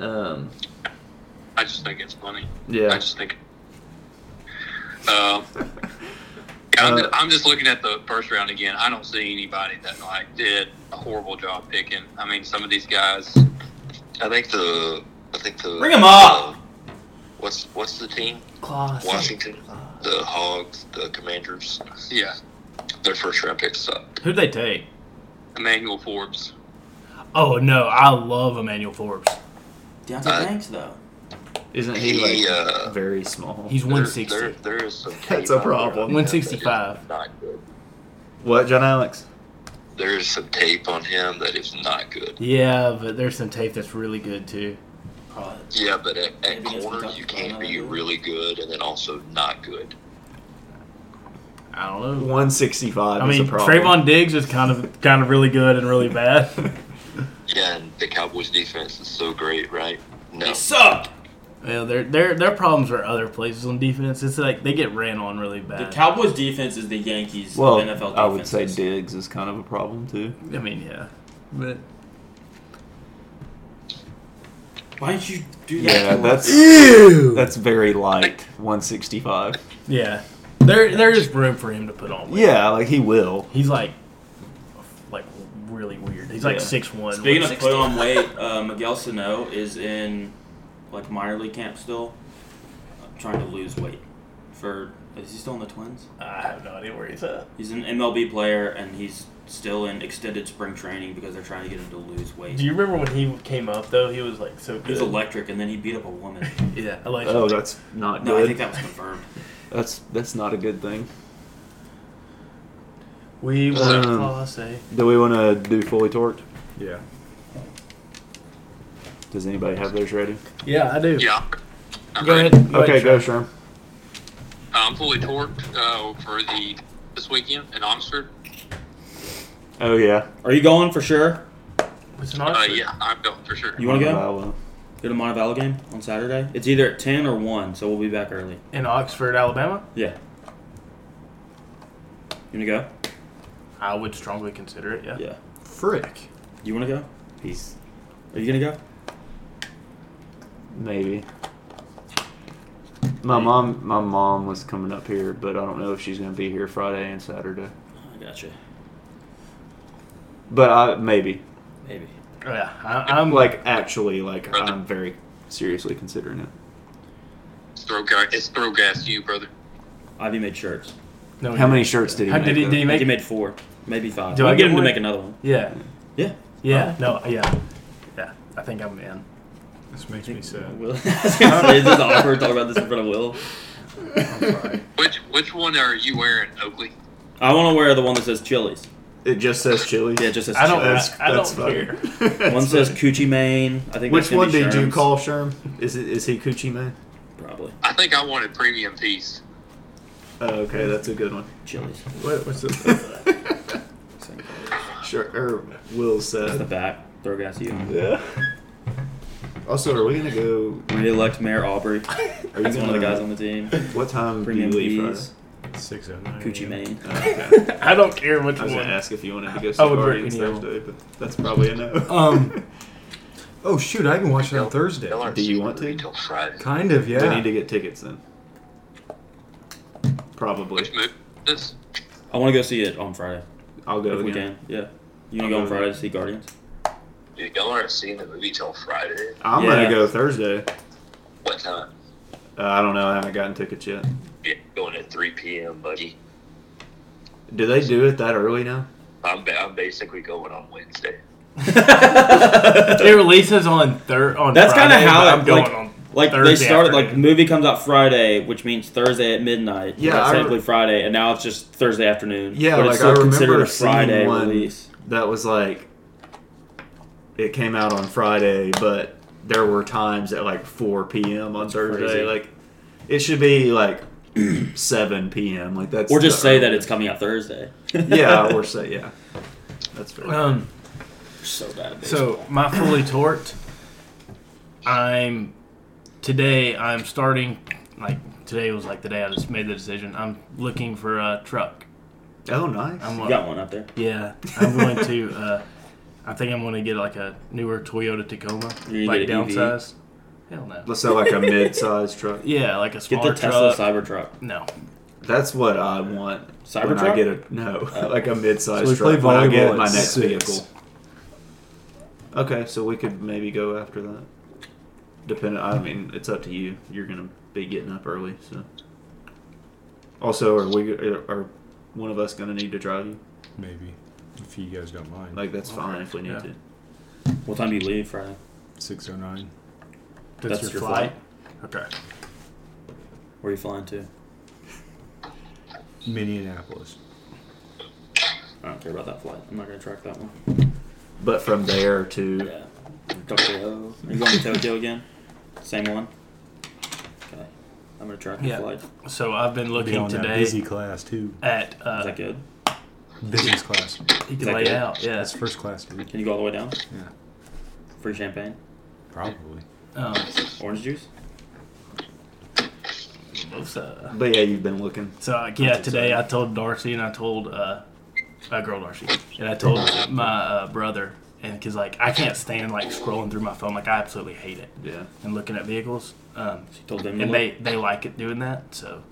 S1: Um,
S7: I just think it's funny. I
S1: Yeah.
S7: just think. Uh, I'm,
S1: Uh,
S7: just, I'm just looking at the first round again. I don't see anybody that like did a horrible job picking. I mean, some of these guys.
S5: I think the I think the
S2: Bring 'em up.
S5: what's what's the team?
S4: Claws.
S5: Washington, the Hogs, the Commanders.
S7: Yeah,
S5: Their first round picks up.
S4: Who'd they take?
S7: Emmanuel Forbes.
S4: Oh no, I love Emmanuel Forbes.
S2: Deontay
S5: Uh,
S2: Banks, though.
S1: Isn't he like
S5: He, uh,
S1: very small?
S4: He's
S5: there-
S4: 160.
S5: There, there is some. tape
S1: That's a
S5: out there.
S1: problem.
S4: 165.
S5: Not good.
S1: what, John Alex?
S5: There is some tape on him that is not good.
S4: Yeah, but there's some tape that's really good too.
S2: Probably.
S5: Yeah, but at,
S2: Maybe
S5: at
S2: that's what
S5: corner
S2: Dr.
S5: you can't
S2: Brown
S5: be
S2: would do.
S5: really good and then also not good.
S4: I don't know.
S1: 165
S4: I
S1: is
S4: mean,
S1: a problem.
S4: Trayvon Diggs is kind of kind of really good and really bad.
S5: Yeah, and the Cowboys defense is so great, right? No,
S2: They suck.
S4: well, their their their problems are other places on defense. It's like they get ran on really
S2: The
S4: bad.
S2: Cowboys' defense is the Yankees'
S1: well,
S2: of NFL defense.
S1: I would say Diggs is kind of a problem too.
S4: I mean, yeah, but
S2: Why did you do that?
S1: Yeah,
S2: to
S1: that's
S2: us?
S1: that's very light. 165.
S4: yeah, there there's room for him to put on. weight.
S1: Yeah, like he will.
S4: he's like like really weird. He's like
S1: Yeah.
S4: six one.
S2: Speaking of put on weight, uh, Miguel Sano is in like minor league camp still, uh, trying to lose weight. For is he still in the Twins?
S4: I have no idea where he's at.
S2: He's an MLB player and he's still in extended spring training because they're trying to get him to lose weight.
S4: Do you remember when he came up though? He was like so
S2: he was
S4: good.
S2: electric and then he beat up a woman.
S4: yeah, I like
S1: Oh, that's not
S2: No, I
S1: good.
S2: think that was confirmed.
S1: that's that's not a good thing.
S4: we were
S1: Um,
S4: Class A.
S1: Do we want to do fully torqued?
S3: Yeah.
S1: Does anybody have theirs ready?
S4: Yeah, I do.
S7: Yeah. I'm
S4: Go
S7: ready.
S4: ahead.
S1: Okay, go, Sherm.
S7: I'm fully torqued uh, for the this weekend in Oxford.
S1: Oh yeah.
S2: Are you going for sure?
S4: It's
S7: Uh,
S4: not.
S7: yeah, I'm going for sure.
S2: You want to go?
S1: Wow.
S2: Go to Montevallo game on Saturday. It's either at ten or one, so we'll be back early.
S4: In Oxford, Alabama,
S2: Yeah. You wanna go?
S4: I would strongly consider it. Yeah.
S2: Yeah.
S3: Frick.
S2: You wanna go?
S1: He's
S2: Are you gonna go?
S1: maybe. My mom, my mom was coming up here, but I don't know if she's gonna be here Friday and Saturday.
S2: I gotcha.
S1: But I maybe,
S2: Maybe.
S4: Oh, Yeah, I, I'm
S1: like actually, like I'm very seriously considering it.
S7: It's throw gas. It's throw gas to you, brother.
S2: Ivy made shirts.
S4: no,
S1: How many shirts did he?
S4: How
S1: make
S4: did he?
S1: though?
S4: Did he
S2: I think
S4: make?
S2: he made four, maybe five.
S4: Do
S2: we'll
S4: I
S2: get
S4: get
S2: him to
S4: one?
S2: make another one.
S4: Yeah.
S2: Yeah.
S4: Yeah. No. Yeah. Yeah. I think I'm in.
S3: This makes me sad.
S2: Will. I was gonna say, is this awkward talking about this in front of Will?
S7: Which which one are you wearing, Oakley?
S2: I want to wear the one that says Chili's.
S1: It just says chili.
S2: Yeah, it just says
S4: I don't.
S2: Chili's.
S1: That's-
S4: I, I
S1: that's
S4: don't
S1: funny.
S4: care.
S2: One
S1: That's
S2: says
S1: funny.
S2: Coochie Maine. I think.
S1: Which
S2: that's gonna
S1: one
S2: be
S1: did you
S2: Sherm's.
S1: call Sherm? Is it is he Coochie Man?
S2: Probably
S7: I think I wanted premium piece.
S1: Oh, okay, that's a good one.
S2: Chili's.
S3: What, what's this?
S2: Same color.
S1: Sure, or Will
S2: That's the
S1: said.
S2: back. Throw gas to you.
S1: Yeah. Also, are we gonna go?
S2: We elect Mayor Aubrey.
S1: Are you
S2: That's one of the
S1: gonna-
S2: guys on the team.
S1: What time do you
S2: Premium
S1: leave? Friday?
S2: Bees.
S3: Six oh nine.
S2: Coochie Maine.
S1: Oh, okay.
S4: I don't care which
S1: I was
S4: one.
S1: gonna ask if you wanted to go
S4: I
S1: see
S4: would work
S1: Guardians
S4: any of
S1: Thursday, but that's probably a no.
S3: Um. Oh shoot! I can watch it on Thursday.
S5: Y'all aren't
S1: Do you
S5: seeing
S1: want
S5: the
S1: to?
S5: Until Friday.
S3: Kind of,
S1: We
S3: yeah.
S1: need to get tickets then. Probably.
S7: Which move? This
S2: I want to go see it on Friday
S1: I'll go
S2: if we
S1: again.
S2: can. Yeah. You gonna
S1: I'll
S2: go
S1: go
S2: on Friday
S1: again.
S2: to see Guardians?
S5: Dude, y'all aren't seeing the movie till Friday.
S1: I'm
S2: Yeah.
S1: gonna go Thursday.
S5: What time?
S1: Uh, I don't know. I haven't gotten tickets yet.
S5: Yeah, going at 3 p.m., buddy.
S1: Do they do it that early now?
S5: I'm, ba- I'm basically going on Wednesday.
S4: It releases on third. On
S2: That's
S4: kind of
S2: how
S4: I'm
S2: it,
S4: going
S2: like-
S4: on.
S2: Like they
S4: Thursday
S2: started like the
S4: afternoon.
S2: movie comes out Friday, which means Thursday at midnight.
S1: Yeah,
S2: That's
S1: I re-
S2: technically Friday, and now it's just Thursday afternoon.
S1: Yeah,
S2: but
S1: like,
S2: it's still
S1: I remember
S2: considered a
S1: seeing
S2: Friday
S1: one-
S2: release.
S1: That was like. It came out on Friday, but there were times at like 4 p.m. on Thursday.
S2: crazy.
S1: Like, it should be like 7 p.m. Like that's.
S2: Or just
S1: the
S2: say that
S1: early-
S2: it's coming out Thursday.
S1: yeah, or say yeah. That's fair.
S4: Um.
S2: so bad. at
S4: So my fully torqued. I'm today. I'm starting. Like today was like the day I just made the decision. I'm looking for a truck.
S1: oh, nice.
S4: I'm
S2: baseball. You got one up there.
S4: Yeah, I'm going to. Uh, I think I'm going to get like a newer Toyota Tacoma,
S2: You're gonna
S4: like
S2: get an EV?
S4: downsized. Hell no.
S1: Let's say like a mid-sized truck.
S4: Yeah, like a
S2: Get
S4: smaller
S2: the Tesla
S4: truck.
S2: Cybertruck.
S4: No.
S1: That's what I want. when
S2: Cybertruck?
S1: I get a no, like a mid-sized
S3: Uh, So we play
S1: truck. When I
S3: volleyball
S1: get my
S3: at
S1: next
S3: six.
S1: vehicle. Okay, so we could maybe go after that. Depending, I mean, it's up to you. You're gonna be getting up early, so. Also, are we? Are, are one of us gonna need to drive you?
S3: Maybe. If you guys don't mind.
S1: Like that's fine if we need
S4: Yeah.
S1: to.
S2: What time do you leave Friday?
S3: 609.
S4: That's,
S2: That's
S4: your
S2: your
S4: flight. Okay.
S2: Where are you flying to?
S3: Minneapolis.
S2: I don't care about that flight. I'm not gonna track that one.
S1: But from there to
S2: Yeah. Tokyo. Are you going to Tokyo again? Same one. Okay. I'm gonna track the
S4: Yeah.
S2: flight.
S4: So I've been
S3: Be
S4: looking
S3: on that
S4: today
S3: busy class, too.
S4: at
S2: Is
S4: uh,
S2: that good?
S3: Business class.
S4: he
S2: is
S4: can
S2: that
S4: lay
S2: good?
S4: out. Yeah.
S3: That's first class, dude.
S2: Can you go all the way down?
S3: Yeah.
S2: Free champagne,
S3: Probably.
S4: Um,
S2: orange juice.
S4: what's, uh,
S1: But yeah, you've been looking.
S4: so like, yeah, today I told Darcy and I told uh, uh, girl Darcy and I told my uh, brother and because like I can't stand like scrolling through my phone like I absolutely hate it
S1: Yeah.
S4: and looking at vehicles. Um,
S2: She told them. To
S4: and
S2: look.
S4: they they like it doing that. So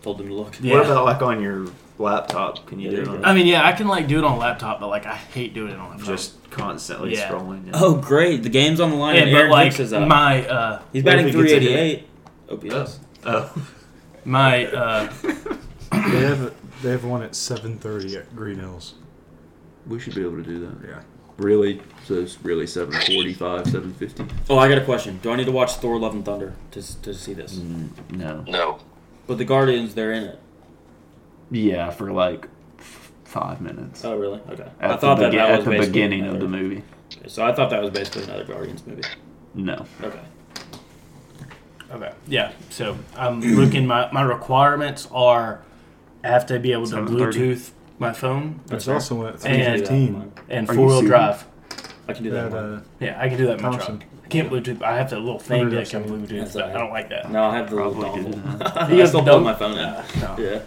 S2: told them to look.
S4: Yeah.
S1: What about like on your laptop? Can you
S2: Yeah,
S1: do it?
S2: there you
S1: on-
S2: go.
S4: I mean, yeah, I can like do it on laptop, but like I hate doing it on a phone.
S1: Just constantly
S4: Yeah.
S1: scrolling. yeah.
S2: Oh great! The game's on the line.
S4: yeah,
S2: and
S4: but
S2: Aaron Hicks
S4: like
S2: is up.
S4: my uh,
S2: He's batting
S1: Maybe he gets a hit.
S2: 388. OPS.
S1: Oh.
S4: my uh,
S3: They have, they have one at 730 at Green Hills.
S1: We should be able to do that.
S3: Yeah.
S1: Really? So it's really 745, 750?
S2: Oh, I got a question. Do I need to watch Thor: Love and Thunder to s- to see
S4: Mm.
S2: this?
S1: No.
S7: No.
S2: But the Guardians, they're in it.
S1: Yeah, for like f- five minutes.
S2: Oh, really? Okay.
S1: At
S2: I thought
S1: the,
S2: that,
S1: begi-
S2: that was
S1: at the
S2: basically
S1: beginning of
S2: another-
S1: the movie.
S2: So I thought that was basically another Guardians movie.
S1: No.
S2: Okay.
S4: Okay. Yeah. So I'm looking. My my requirements are I have to be able to
S1: 730.
S4: Bluetooth my phone
S3: It's also one at
S2: I can do that
S3: 315.
S2: online.
S4: and
S1: Are you
S4: four wheel
S1: serious?
S4: drive.
S2: I can do uh, that.
S3: That,
S2: online.
S3: uh,
S4: Yeah, I can do that in my
S3: Thompson.
S4: truck. I can't Bluetooth. I have that little thing that can
S2: That's
S4: Bluetooth. But I don't like that.
S2: No, I have the little
S1: Probably
S2: dongle.
S1: didn't have that.
S2: I
S4: You have
S2: still
S4: the
S2: plug
S4: dongle?
S2: my phone in.
S4: No.
S2: Yeah.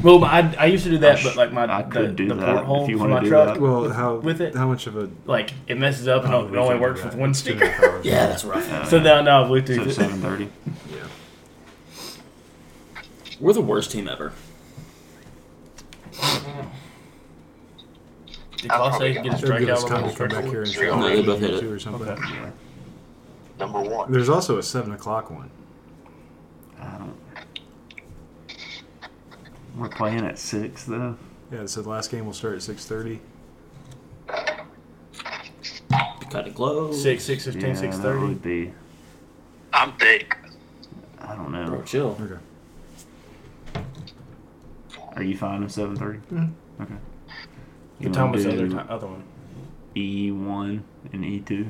S4: Well, my, I, I used to do that,
S1: sh-
S4: but like my
S1: I
S4: the,
S1: could do
S4: the
S1: that if
S4: porthole
S1: you
S4: for
S1: wanna
S4: my
S1: do
S4: truck,
S1: that.
S3: Well, how
S4: With it?
S3: how much of a
S4: like it messes up and
S3: Oh,
S4: it
S3: we
S4: only
S3: can
S4: works
S3: do
S4: with
S3: that.
S4: one
S3: It's two and a
S4: speaker.
S3: half hours.
S2: Yeah, that's rough.
S4: So now now I Bluetooth.
S1: Oh, So
S4: it.
S1: 730.
S2: We're the worst team ever.
S4: Did Colossae get a
S3: They'll give us
S4: strikeout?
S3: time to
S4: on
S3: come
S4: the
S3: back
S4: first
S3: here and
S4: one?
S3: try
S7: No,
S2: they both hit it.
S3: two or something.
S4: Okay.
S7: Number one.
S3: There's also a seven o'clock one.
S1: I don't. We're playing at 6, though.
S3: Yeah, so the last game will start at six thirty.
S2: Cut it close.
S4: Six, six, fifteen, six
S1: that
S4: thirty.
S1: would be.
S7: I'm thick.
S1: I don't
S2: Bro,
S1: know.
S2: chill.
S3: Okay.
S1: Are you fine with 730? Okay.
S4: What
S1: You
S4: time
S1: wanna
S4: was the other
S1: do
S4: ti- other one?
S1: E1 E and E E2?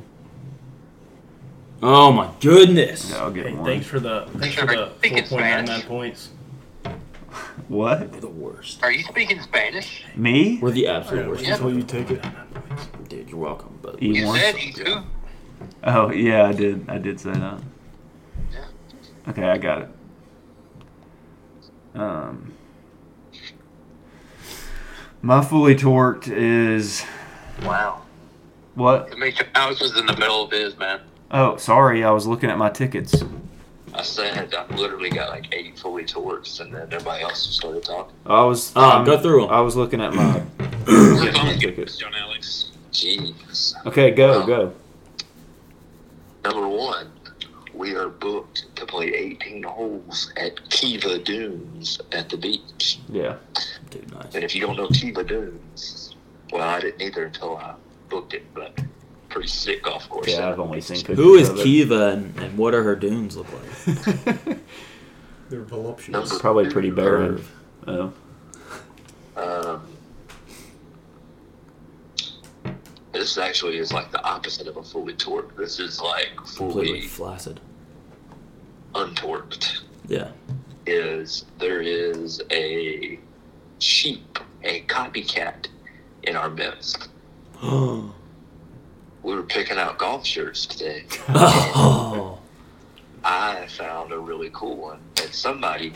S2: Oh my goodness.
S1: Yeah, I'll get
S4: Hey,
S1: one.
S4: thanks for the thanks for the
S7: Think
S4: four
S7: it's
S4: point nine nine
S7: fast.
S4: points.
S1: What?
S2: We're the worst.
S7: Are you speaking Spanish?
S1: Me?
S2: We're the absolute worst.
S3: That's why you take it.
S2: Dude, you're welcome, but
S1: You
S7: You
S1: want
S7: said
S1: some?
S7: you too.
S1: Oh yeah, I did. I did say that. Okay, I got it. Um, my fully torqued is
S7: Wow.
S1: what?
S7: It makes your house was in the middle of his, man.
S1: Oh, sorry, I was looking at my tickets.
S7: I said I literally got like 80 fully torques, and then everybody else started talking.
S1: I was. um,
S2: Oh, go through 'em.
S1: I was looking at my. tickets.
S8: John Alex.
S7: Jeez.
S1: Okay, go go.
S7: Number one, we are booked to play 18 holes at Kiva Dunes at the beach.
S1: Yeah.
S2: dude, nice.
S7: And if you don't know Kiva Dunes, well, I didn't either until I booked it, but pretty sick golf course.
S1: Yeah, I've only seen.
S2: Who
S1: pictures
S2: is
S1: of it.
S2: Kiva and, and what are her dunes look like?
S3: They're voluptuous.
S7: Number
S1: Probably pretty
S7: two,
S1: barren. Oh.
S7: Um, this actually is like the opposite of a fully torqued. This is like
S2: Completely
S7: fully
S2: flaccid.
S7: untorqued.
S2: Yeah.
S7: is there is a sheep, a copycat in our midst.
S2: oh.
S7: We were picking out golf shirts today. I found a really cool one. And somebody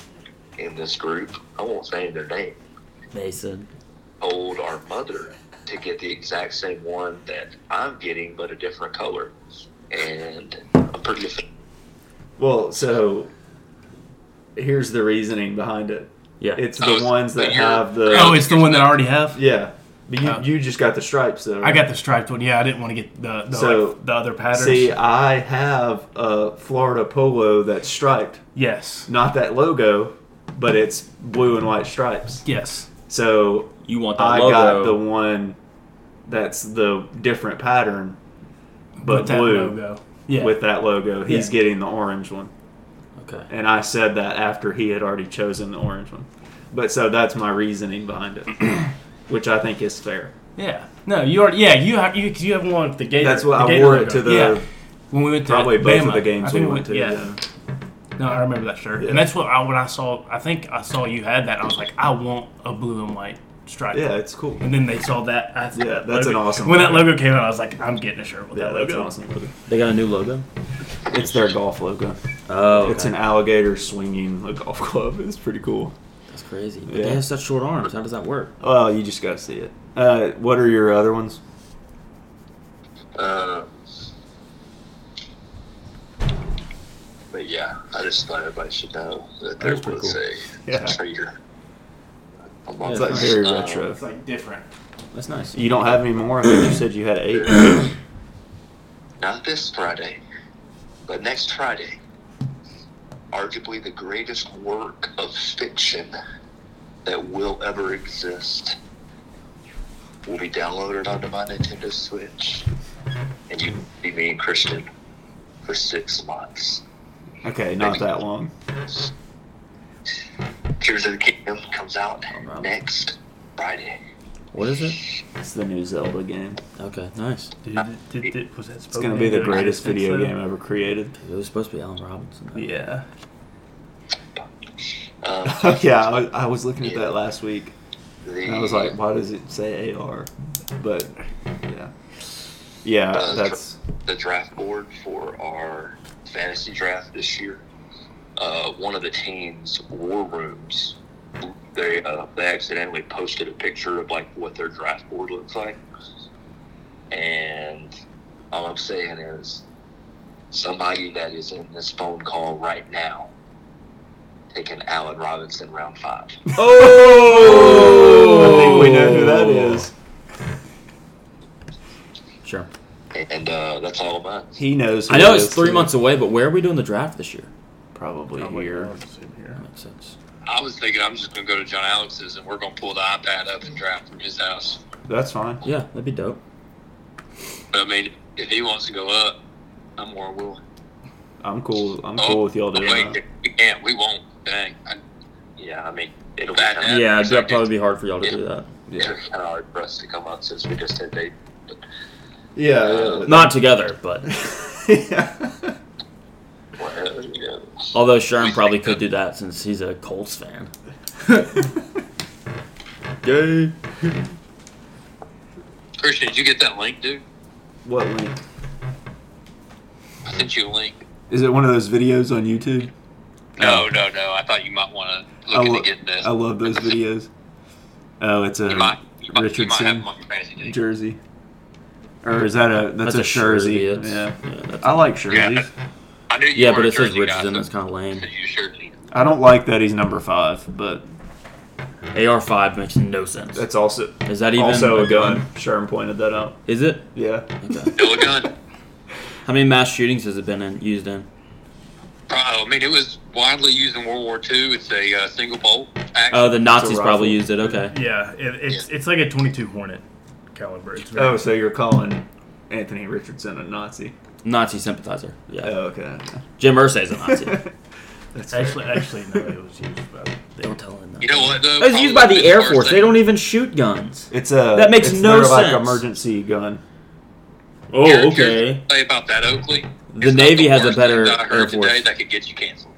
S7: in this group, I won't say their name,
S2: Mason.
S7: told our mother to get the exact same one that I'm getting, but a different color. And I'm pretty.
S1: Well, so here's the reasoning behind it.
S2: Yeah.
S1: It's
S7: Oh,
S1: the
S7: it's
S1: ones
S7: the
S1: that
S7: year-
S1: have the.
S4: Oh, it's the one that I already have.
S1: yeah. But you,
S4: Oh.
S1: you just got the stripes though.
S4: I
S1: right?
S4: got the striped one. Yeah, I didn't want to get the the,
S1: So,
S4: like, the other patterns.
S1: See, I have a Florida polo that's striped,
S4: yes,
S1: not that logo, but it's blue and white stripes.
S4: yes.
S1: So
S2: You want that
S1: I
S2: logo?
S1: got the one that's the different pattern, but
S4: With that
S1: blue
S4: logo. Yeah.
S1: with that logo. He's
S4: Yeah.
S1: getting the orange one.
S2: okay.
S1: And I said that after he had already chosen the orange one. But so that's my reasoning behind it, which I think is fair.
S4: yeah. No, you are. Yeah, you have. You, 'cause you have one with the Gator.
S1: That's what
S4: the
S1: I
S4: Gator
S1: wore it
S4: logo.
S1: to the
S4: Yeah. when we went to
S1: probably both of
S4: Bama.
S1: the games
S4: I
S1: we
S4: think
S1: went to.
S4: Yeah.
S1: Yeah.
S4: No, I remember that shirt.
S1: Yeah.
S4: And that's what I when I saw. I think I saw you had that. and I was like, I want a blue and white stripe.
S1: yeah, it's cool.
S4: And then they saw that. I,
S1: Yeah, that's an awesome
S4: When that
S1: logo.
S4: logo came out, I was like, I'm getting a shirt with
S1: Yeah,
S4: that
S1: that's
S4: logo.
S1: awesome logo.
S2: They got a new logo.
S1: It's their golf logo.
S2: Oh, okay.
S1: It's an alligator swinging a golf club. It's pretty cool.
S2: That's crazy. But
S1: Yeah.
S2: They have such short arms. How does that work?
S1: Oh, you just gotta see it. Uh, what are your other ones?
S7: Uh, but yeah, I just thought everybody should know that there
S2: That's pretty
S7: was
S2: cool.
S7: a
S1: Yeah.
S7: trigger. among
S1: It's like
S7: us.
S1: very
S7: Um,
S1: retro.
S4: It's like different.
S2: That's nice.
S1: You don't have any more. I mean, you said you had eight.
S7: Not this Friday, but next Friday. Arguably the greatest work of fiction that will ever exist will be downloaded onto my Nintendo Switch, and you be me and Christian for six months.
S1: Okay, not that long.
S7: Tears of the Kingdom comes out
S1: Oh,
S2: Alright.
S7: next Friday.
S2: What is it?
S1: It's the new Zelda game.
S2: Okay, nice.
S4: Dude, did, did, did, was that
S1: It's gonna be the greatest video
S4: uh,
S1: game ever created.
S2: It was supposed to be Alan Robinson.
S4: Yeah.
S7: Um,
S1: yeah, I was, I was looking at that last week,
S7: the,
S1: and I was like, why does it say AR? But yeah, yeah,
S7: Uh,
S1: that's
S7: the draft board for our fantasy draft this year. Uh, one of the teams, War Rooms, they uh, they accidentally posted a picture of like what their draft board looks like, and all I'm saying is, somebody that is in this phone call right now, taking Allen Robinson round five.
S2: Oh!
S1: I think we know who that
S4: Oh.
S1: is.
S2: Sure.
S7: And uh, that's all of mine.
S1: He knows. Who
S2: I know
S1: it
S2: it's
S1: is,
S2: three
S1: too.
S2: months away, but where are we doing the draft this year?
S1: Probably
S4: Oh my
S1: here.
S4: God, it's in here.
S2: That makes sense.
S7: I was thinking I'm just gonna go to John Alex's and we're gonna pull the iPad up and draft from his house.
S1: That's fine.
S2: Yeah, that'd be dope.
S7: But I mean, if he wants to go up, I'm more willing.
S1: I'm cool. I'm cool with y'all doing
S7: Wait,
S1: that.
S7: we can't. We won't. Dang. I, yeah, I mean, it'll be kind
S2: Yeah,
S7: of,
S2: that'd probably be hard for y'all to do that.
S1: Yeah,
S7: kind of hard for us to come up since we just had date. But Um,
S1: yeah,
S2: Not together, but
S1: yeah.
S7: well, you know,
S2: although Sherm probably could do that since he's a Colts fan. Gay.
S7: Christian, did you get that link, dude?
S1: what link?
S7: I sent you a link.
S1: Is it one of those videos on YouTube?
S7: No, no, no. I thought you might want to look
S1: I, lo-
S7: into getting this.
S1: I love those videos. Oh, it's
S7: You
S1: a
S7: might, you might, you might have
S1: Richardson
S7: him on your fantasy team.
S1: jersey, or is that a that's, a, jersey?
S2: It's-
S1: Yeah,
S2: that's-
S1: I like jerseys.
S7: I knew you
S2: yeah,
S7: were
S2: but
S7: a
S2: it says
S7: Jersey guy,
S2: Richardson.
S7: so
S2: That's kind of
S7: I
S2: lame.
S7: said you sure need him.
S1: I don't like that he's number five, but
S2: AR five makes no sense.
S1: that's also
S2: Is that even
S1: also a gun. Sherm pointed that out.
S2: Is it?
S1: Yeah,
S2: Okay.
S7: Still a gun.
S2: How many mass shootings has it been in, used in?
S7: Oh, I mean, it was widely used in World War II. It's a uh, single bolt action.
S2: Oh, the Nazis
S1: rifle.
S2: probably used it. Okay.
S4: Yeah, it, it's it's like a 22 Hornet caliber. It's very,
S1: Oh, so you're calling Anthony Richardson a Nazi?
S2: Nazi sympathizer. Yeah.
S1: Oh, okay.
S2: Jim Irsay's a Nazi.
S1: That's fair.
S4: actually, actually, no, it was used by.
S2: don't tell him that.
S7: You know what? Though,
S2: It was used by
S7: Probably
S2: the Air
S7: worst
S2: Force.
S7: thing-
S2: They don't even shoot guns.
S1: It's a
S2: That makes
S1: it's
S2: no
S1: their, Like
S2: sense.
S1: emergency gun.
S2: Oh,
S7: Here's-
S2: okay.
S7: here's the Say about that, Oakley.
S2: The
S7: It's not
S2: Navy has a
S7: worst
S2: better
S7: thing that I heard
S2: Air Force.
S7: today that could get you canceled.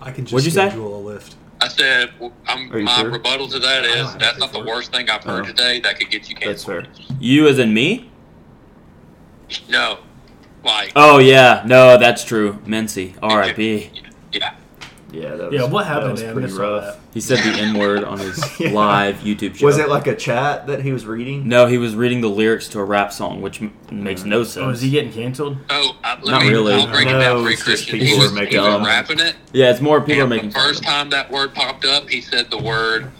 S3: I can just
S2: What'd you say?
S3: schedule a lift.
S7: I said, well, I'm,
S1: Are you
S7: my
S1: sure?
S7: rebuttal to that
S3: don't
S7: is
S3: have
S7: that's
S3: anything
S7: not the
S3: for it.
S7: worst thing I've heard
S1: Oh.
S7: today that could get you
S1: That's
S7: canceled.
S1: fair.
S2: You as in me?
S7: No, like
S2: Oh yeah. No, that's true. Mincy. R.I.P.
S7: yeah,
S1: Yeah, that was,
S4: Yeah, what
S1: That
S4: happened
S1: was
S4: to him? I
S1: pretty
S4: missed all
S1: rough.
S2: He said the N word on his
S1: Yeah.
S2: live YouTube show.
S1: Was it like a chat that he was reading?
S2: No, he was reading the lyrics to a rap song, which m- makes no sense.
S4: Oh, is he getting canceled?
S7: Oh, I, let
S2: Not
S7: me,
S2: really.
S7: I'll break
S1: No,
S7: it down for you,
S1: it's just
S7: Christian.
S1: people
S7: He
S2: are
S7: was,
S1: making
S7: he
S2: fun of
S7: was
S2: it.
S7: rapping it.
S2: yeah, it's more people are
S7: and
S2: making
S7: the
S2: fun of
S7: first
S2: him.
S7: time that word popped up, he said the word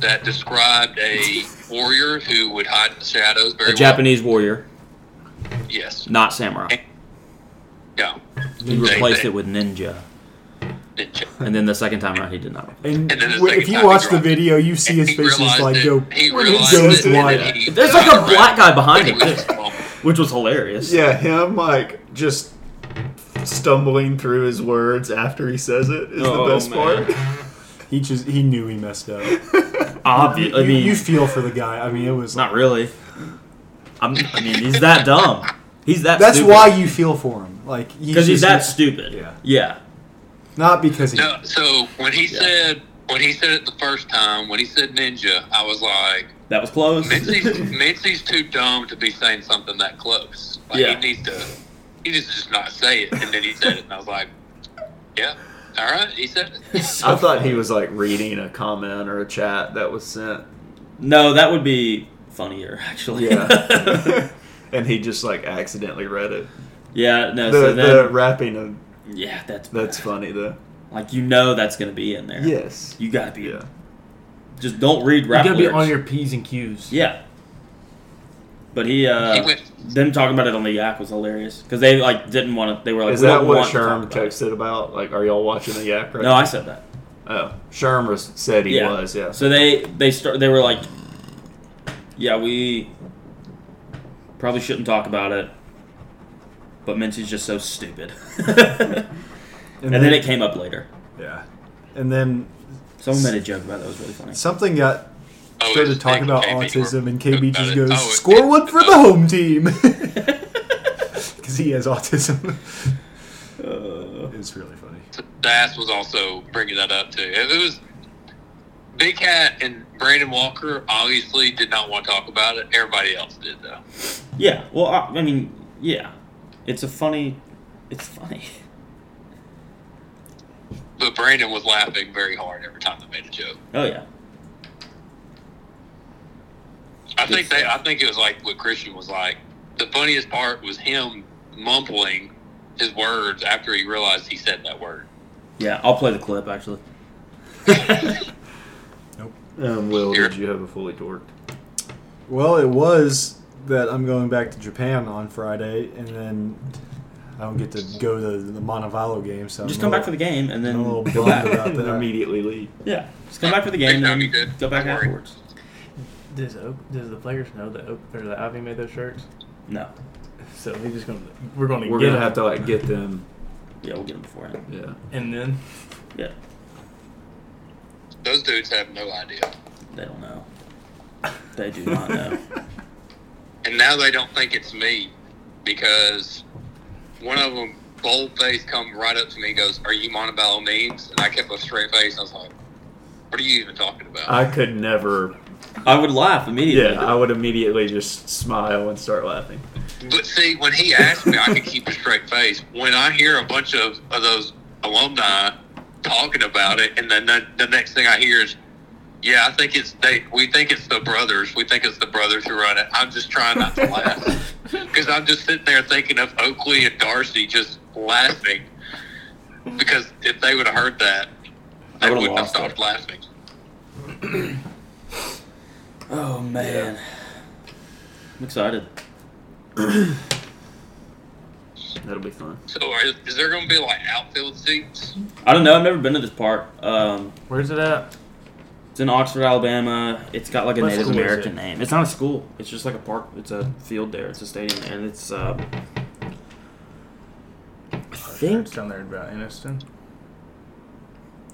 S7: that described a warrior who would hide in the shadows.
S2: a
S7: Very well.
S2: Japanese warrior,
S7: Yes.
S2: not samurai.
S7: No.
S2: He replaced it with ninja, and then the second time around, he did not.
S3: And,
S7: And then the
S3: w- if
S7: second
S3: you
S7: time
S3: watch
S7: he
S3: the
S7: dropped it.
S3: video, you see his
S7: He
S3: face just
S7: realized
S3: like
S7: it.
S3: go.
S7: He
S3: when it
S7: realized
S3: goes
S7: it, and
S3: wide.
S7: then he-
S2: There's like a black guy behind him, too, which was hilarious.
S1: Yeah, him like just stumbling through his words after he says it is
S2: Oh,
S1: the best
S2: man.
S1: part.
S3: He just he knew he messed up.
S2: obviously,
S3: you,
S2: I mean,
S3: you feel for the guy. I mean, it was
S2: not really. I'm, I mean, he's that dumb. He's that.
S3: that's
S2: stupid.
S3: why you feel for him. Like
S2: because he's
S3: just-
S2: that stupid.
S3: Yeah.
S2: Yeah.
S3: Not because he.
S7: No, so when he said when he said it the first time, when he said ninja, I was like,
S2: That was close.
S7: Mitzi's, Mitzi's too dumb to be saying something that close. Like
S2: Yeah.
S7: he needs to, he needs to just not say it. And then he said it, and I was like, yeah, all right, he said it.
S1: I thought he was like reading a comment or a chat that was sent,
S2: no, that would be funnier actually.
S1: Yeah. and he just like accidentally read it.
S2: yeah. No.
S1: The,
S2: so then,
S1: the rapping of
S2: yeah, that's
S1: that's
S2: bad.
S1: funny though.
S2: Like you know that's gonna be in there.
S1: Yes.
S2: You gotta be.
S1: Yeah.
S2: Just don't read
S4: You
S2: rap
S4: gotta be
S2: lyrics.
S4: on your P's and Q's.
S2: Yeah. But he, uh,
S7: He went-
S2: them talking about it on the yak was hilarious because they like didn't want to. They were like,
S1: Is
S2: we
S1: that
S2: don't
S1: what
S2: want to talk
S1: Sherm
S2: about it.
S1: texted about? Like, are y'all watching the yak right
S2: No,
S1: now?
S2: I said that.
S1: Oh, Sherm was, said he
S2: Yeah.
S1: was. Yeah.
S2: So they they start. They were like, yeah, we probably shouldn't talk about it. But Mincy's just so stupid. and, then it came up later.
S3: Yeah. And then
S2: Someone made a joke about it. That was really funny.
S3: something got
S7: Oh,
S3: started
S7: it's
S3: to talk
S7: Nick
S3: about
S7: KB.
S3: autism, and
S7: We're-
S3: KB just
S7: we're
S3: goes,
S7: about it. Oh, it-
S3: "Score one for
S7: it's
S3: the
S7: us.
S3: home team," because he has autism. it's really funny.
S7: Bass was also bringing that up too. It, it was Big Cat and Brandon Walker obviously did not want to talk about it. Everybody else did though.
S2: Yeah. Well, I, I mean, yeah, it's a funny. It's funny.
S7: But Brandon was laughing very hard every time they made a joke.
S2: Oh yeah.
S7: I think they. I think it was like what Christian was like. The funniest part was him mumbling his words after he realized he said that word.
S2: Yeah, I'll play the clip actually.
S1: Um, Will,
S7: Here.
S1: did you have a fully torqued?
S3: Well, it was that I'm going back to Japan on Friday, and then I don't get to go to the Montevideo game. So
S2: Just
S3: I'm
S2: come
S3: a
S2: back for the game and then
S3: I'm a little
S2: go
S3: bummed
S2: back.
S3: about
S1: And
S3: that.
S1: immediately leave.
S2: Yeah, just come back for the game
S7: That'd
S2: and
S7: be
S2: then
S7: good.
S2: go back
S7: Don't worry.
S2: afterwards.
S4: Does Oak, does the players know that Oak or that Ivy made those shirts?
S2: No,
S4: So we're just gonna we're gonna
S1: We're
S4: get
S1: gonna
S4: them.
S1: have to like get them.
S2: yeah, we'll get him beforehand.
S1: Yeah.
S4: and then
S2: Yeah,
S7: Those dudes have no idea,
S2: they don't know. They do not know.
S7: and now they don't think it's me because one of them bold face come right up to me and goes, "Are you Montebello memes?" And I kept a straight face. I was like, "What are you even talking about?"
S1: I could never.
S2: I would laugh immediately.
S1: Yeah, I would immediately just smile and start laughing.
S7: But see, when he asked me, I could keep a straight face. When I hear a bunch of, of those alumni talking about it, and then the, the next thing I hear is, "Yeah, I think it's they. We think it's the brothers. We think it's the brothers who run it." I'm just trying not to laugh because I'm just sitting there thinking of Oakley and Darcy just laughing because if they would have heard that,
S2: I
S7: they
S2: would've
S7: wouldn't
S2: lost
S7: have stopped
S2: it.
S7: laughing.
S2: Oh man, I'm excited.
S1: That'll be fun.
S7: So, are, is there going to be like outfield seats?
S2: I don't know. I've never been to this park. Um,
S4: where's it at?
S2: it's in Oxford, Alabama. It's got like a
S4: What
S2: Native
S4: school is
S2: American
S4: it?
S2: name. It's not a school. It's just like a park. It's a field there. It's a stadium there, and it's. Uh, I think
S4: It's down there about Anniston.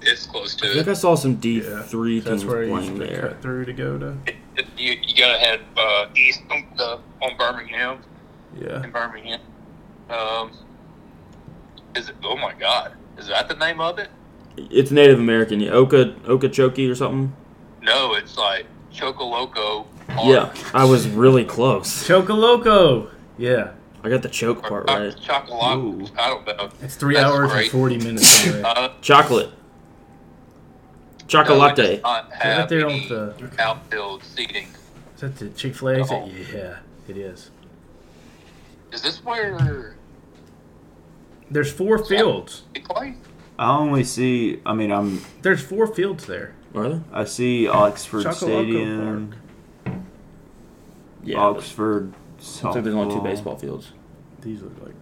S7: It's close to
S2: I
S7: it.
S2: think I saw some D
S4: Yeah.
S2: three
S4: That's
S2: teams
S4: where you
S2: playing
S4: used to
S2: there.
S4: cut through to go to.
S7: you, you gotta head uh, east on, the, on Birmingham.
S4: Yeah.
S7: In Birmingham, um, is it? Oh my God, is that the name of it?
S2: It's Native American, yeah, Oka Okeechobee or something.
S7: No, it's like Chocoloco. Park.
S2: Yeah, I was really close.
S4: Chocoloco. Yeah.
S2: I got the choke part right.
S7: Chocolate.
S1: Ooh.
S7: I don't know.
S4: It's three
S7: That's
S4: hours and
S7: great.
S4: forty minutes. already.
S7: Uh,
S2: Chocolate.
S7: no, it
S2: Chocolate.
S7: does not
S4: Is that
S7: have
S4: there on
S7: any
S4: the-
S7: outfield seating.
S4: Is that the Chick Fil A?
S7: Oh.
S4: Yeah, it is.
S7: Is this where
S4: There's four fields.
S7: they play?
S1: I only see. I mean, I'm.
S4: There's four fields there.
S2: Are there?
S1: I see Oxford
S4: Chocoloco
S1: Stadium,
S4: Park.
S2: Yeah.
S1: Oxford.
S2: I think there's only two
S1: softball.
S2: baseball fields.
S4: These look like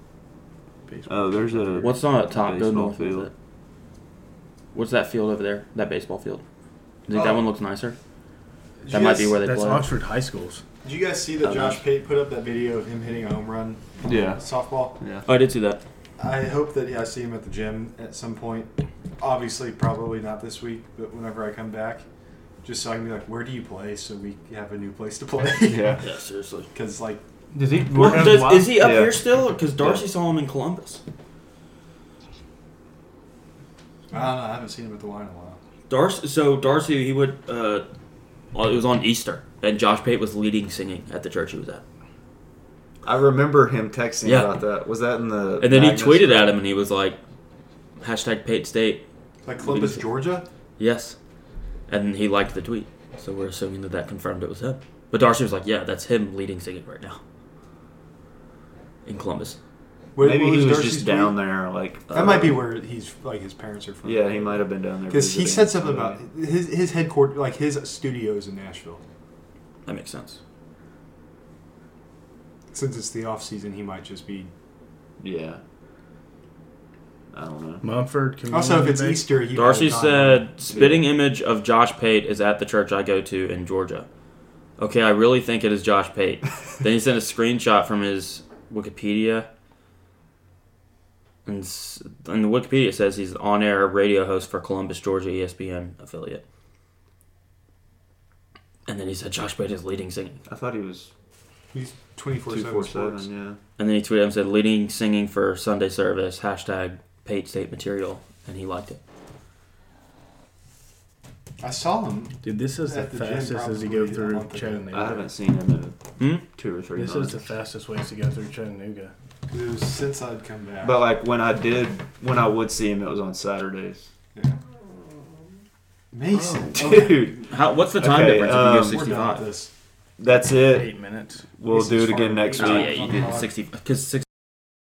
S4: baseball.
S1: Oh, there's a.
S2: What's on that top? Go
S1: Baseball
S2: north.
S1: field.
S2: Field. What's that field over there? That baseball field. You think that
S9: Oh.
S2: one looks nicer?
S9: Did
S2: That
S9: you
S2: might
S9: guys-
S2: be where they
S4: That's
S2: play.
S4: Oxford High Schools.
S3: Did you guys see that
S2: Oh,
S3: Josh
S2: nice.
S3: Pate put up that video of him hitting a home run on
S1: Yeah.
S3: softball?
S1: Yeah.
S2: Oh, I did see that.
S3: I hope that I see him at the gym at some point. Obviously, probably not this week, but whenever I come back, just so I can be like, where do you play? So we have a new place to play.
S1: Yeah.
S2: Yeah, seriously.
S3: Because like,
S4: Does he?
S2: Well, does, is he up
S1: Yeah.
S2: here still? Because Darcy
S1: Yeah.
S2: saw him in Columbus.
S3: I don't know. I haven't seen him at the wine in a while.
S2: Darcy. So Darcy, he would. Uh, well, it was on Easter, and Josh Pate was leading singing at the church he was at.
S1: I remember him texting
S2: Yeah.
S1: about that. Was that in the?
S2: And then
S1: Magnus?
S2: he tweeted at him, and he was like, "Hashtag Pate State."
S3: Like Columbus, Georgia.
S2: Yes. And he liked the tweet. So we're assuming that that confirmed it was him. But Darcy was like, yeah, that's him leading singing right now. In Columbus.
S3: Where-
S1: Maybe
S3: where
S1: he was
S3: Darcy's
S1: just down
S3: tweet?
S1: there, like. uh,
S3: That might be where he's like his parents are from.
S1: Um, Yeah, he might have been down there
S3: Because he
S1: visiting
S3: said something
S1: somebody.
S3: about his his headquarters, like his studios in Nashville.
S2: That makes sense.
S3: Since it's the off season, he might just be.
S1: Yeah. I don't know.
S4: Mumford. Community
S3: Also, if it's
S4: Bank?
S3: Easter, he
S2: Darcy
S3: might not-
S2: said, spitting image of Josh Pate is at the church I go to in Georgia. Okay, I really think it is Josh Pate. then he sent a screenshot from his Wikipedia. And, s- and the Wikipedia says he's an on air radio host for Columbus, Georgia E ESPN affiliate. And then he said Josh Pate is leading singing.
S1: I thought he was
S3: he's twenty four
S1: two four
S3: seven sports.
S1: seven. Yeah.
S2: And then he tweeted and said, leading singing for Sunday service, hashtag Pate State material. And he liked it.
S3: I saw him.
S4: Dude, this is the,
S3: At the gym,
S4: fastest as you go
S3: probably, I
S4: through
S3: don't think
S4: Chattanooga.
S1: I haven't seen him in
S2: Hmm?
S1: two or three
S4: This is
S1: months.
S4: the fastest ways to go through Chattanooga.
S3: It was since I'd come back.
S1: but like when I did, when I would see him, it was on Saturdays.
S3: yeah. Mason,
S1: Oh. Dude,
S2: How, what's the time
S1: Okay,
S2: difference if you go
S1: um,
S3: we're done
S2: 65?
S3: with this.
S1: that's it.
S4: Eight minutes.
S1: We'll do it again next
S2: Oh
S1: week.
S2: yeah, you did sixty because six.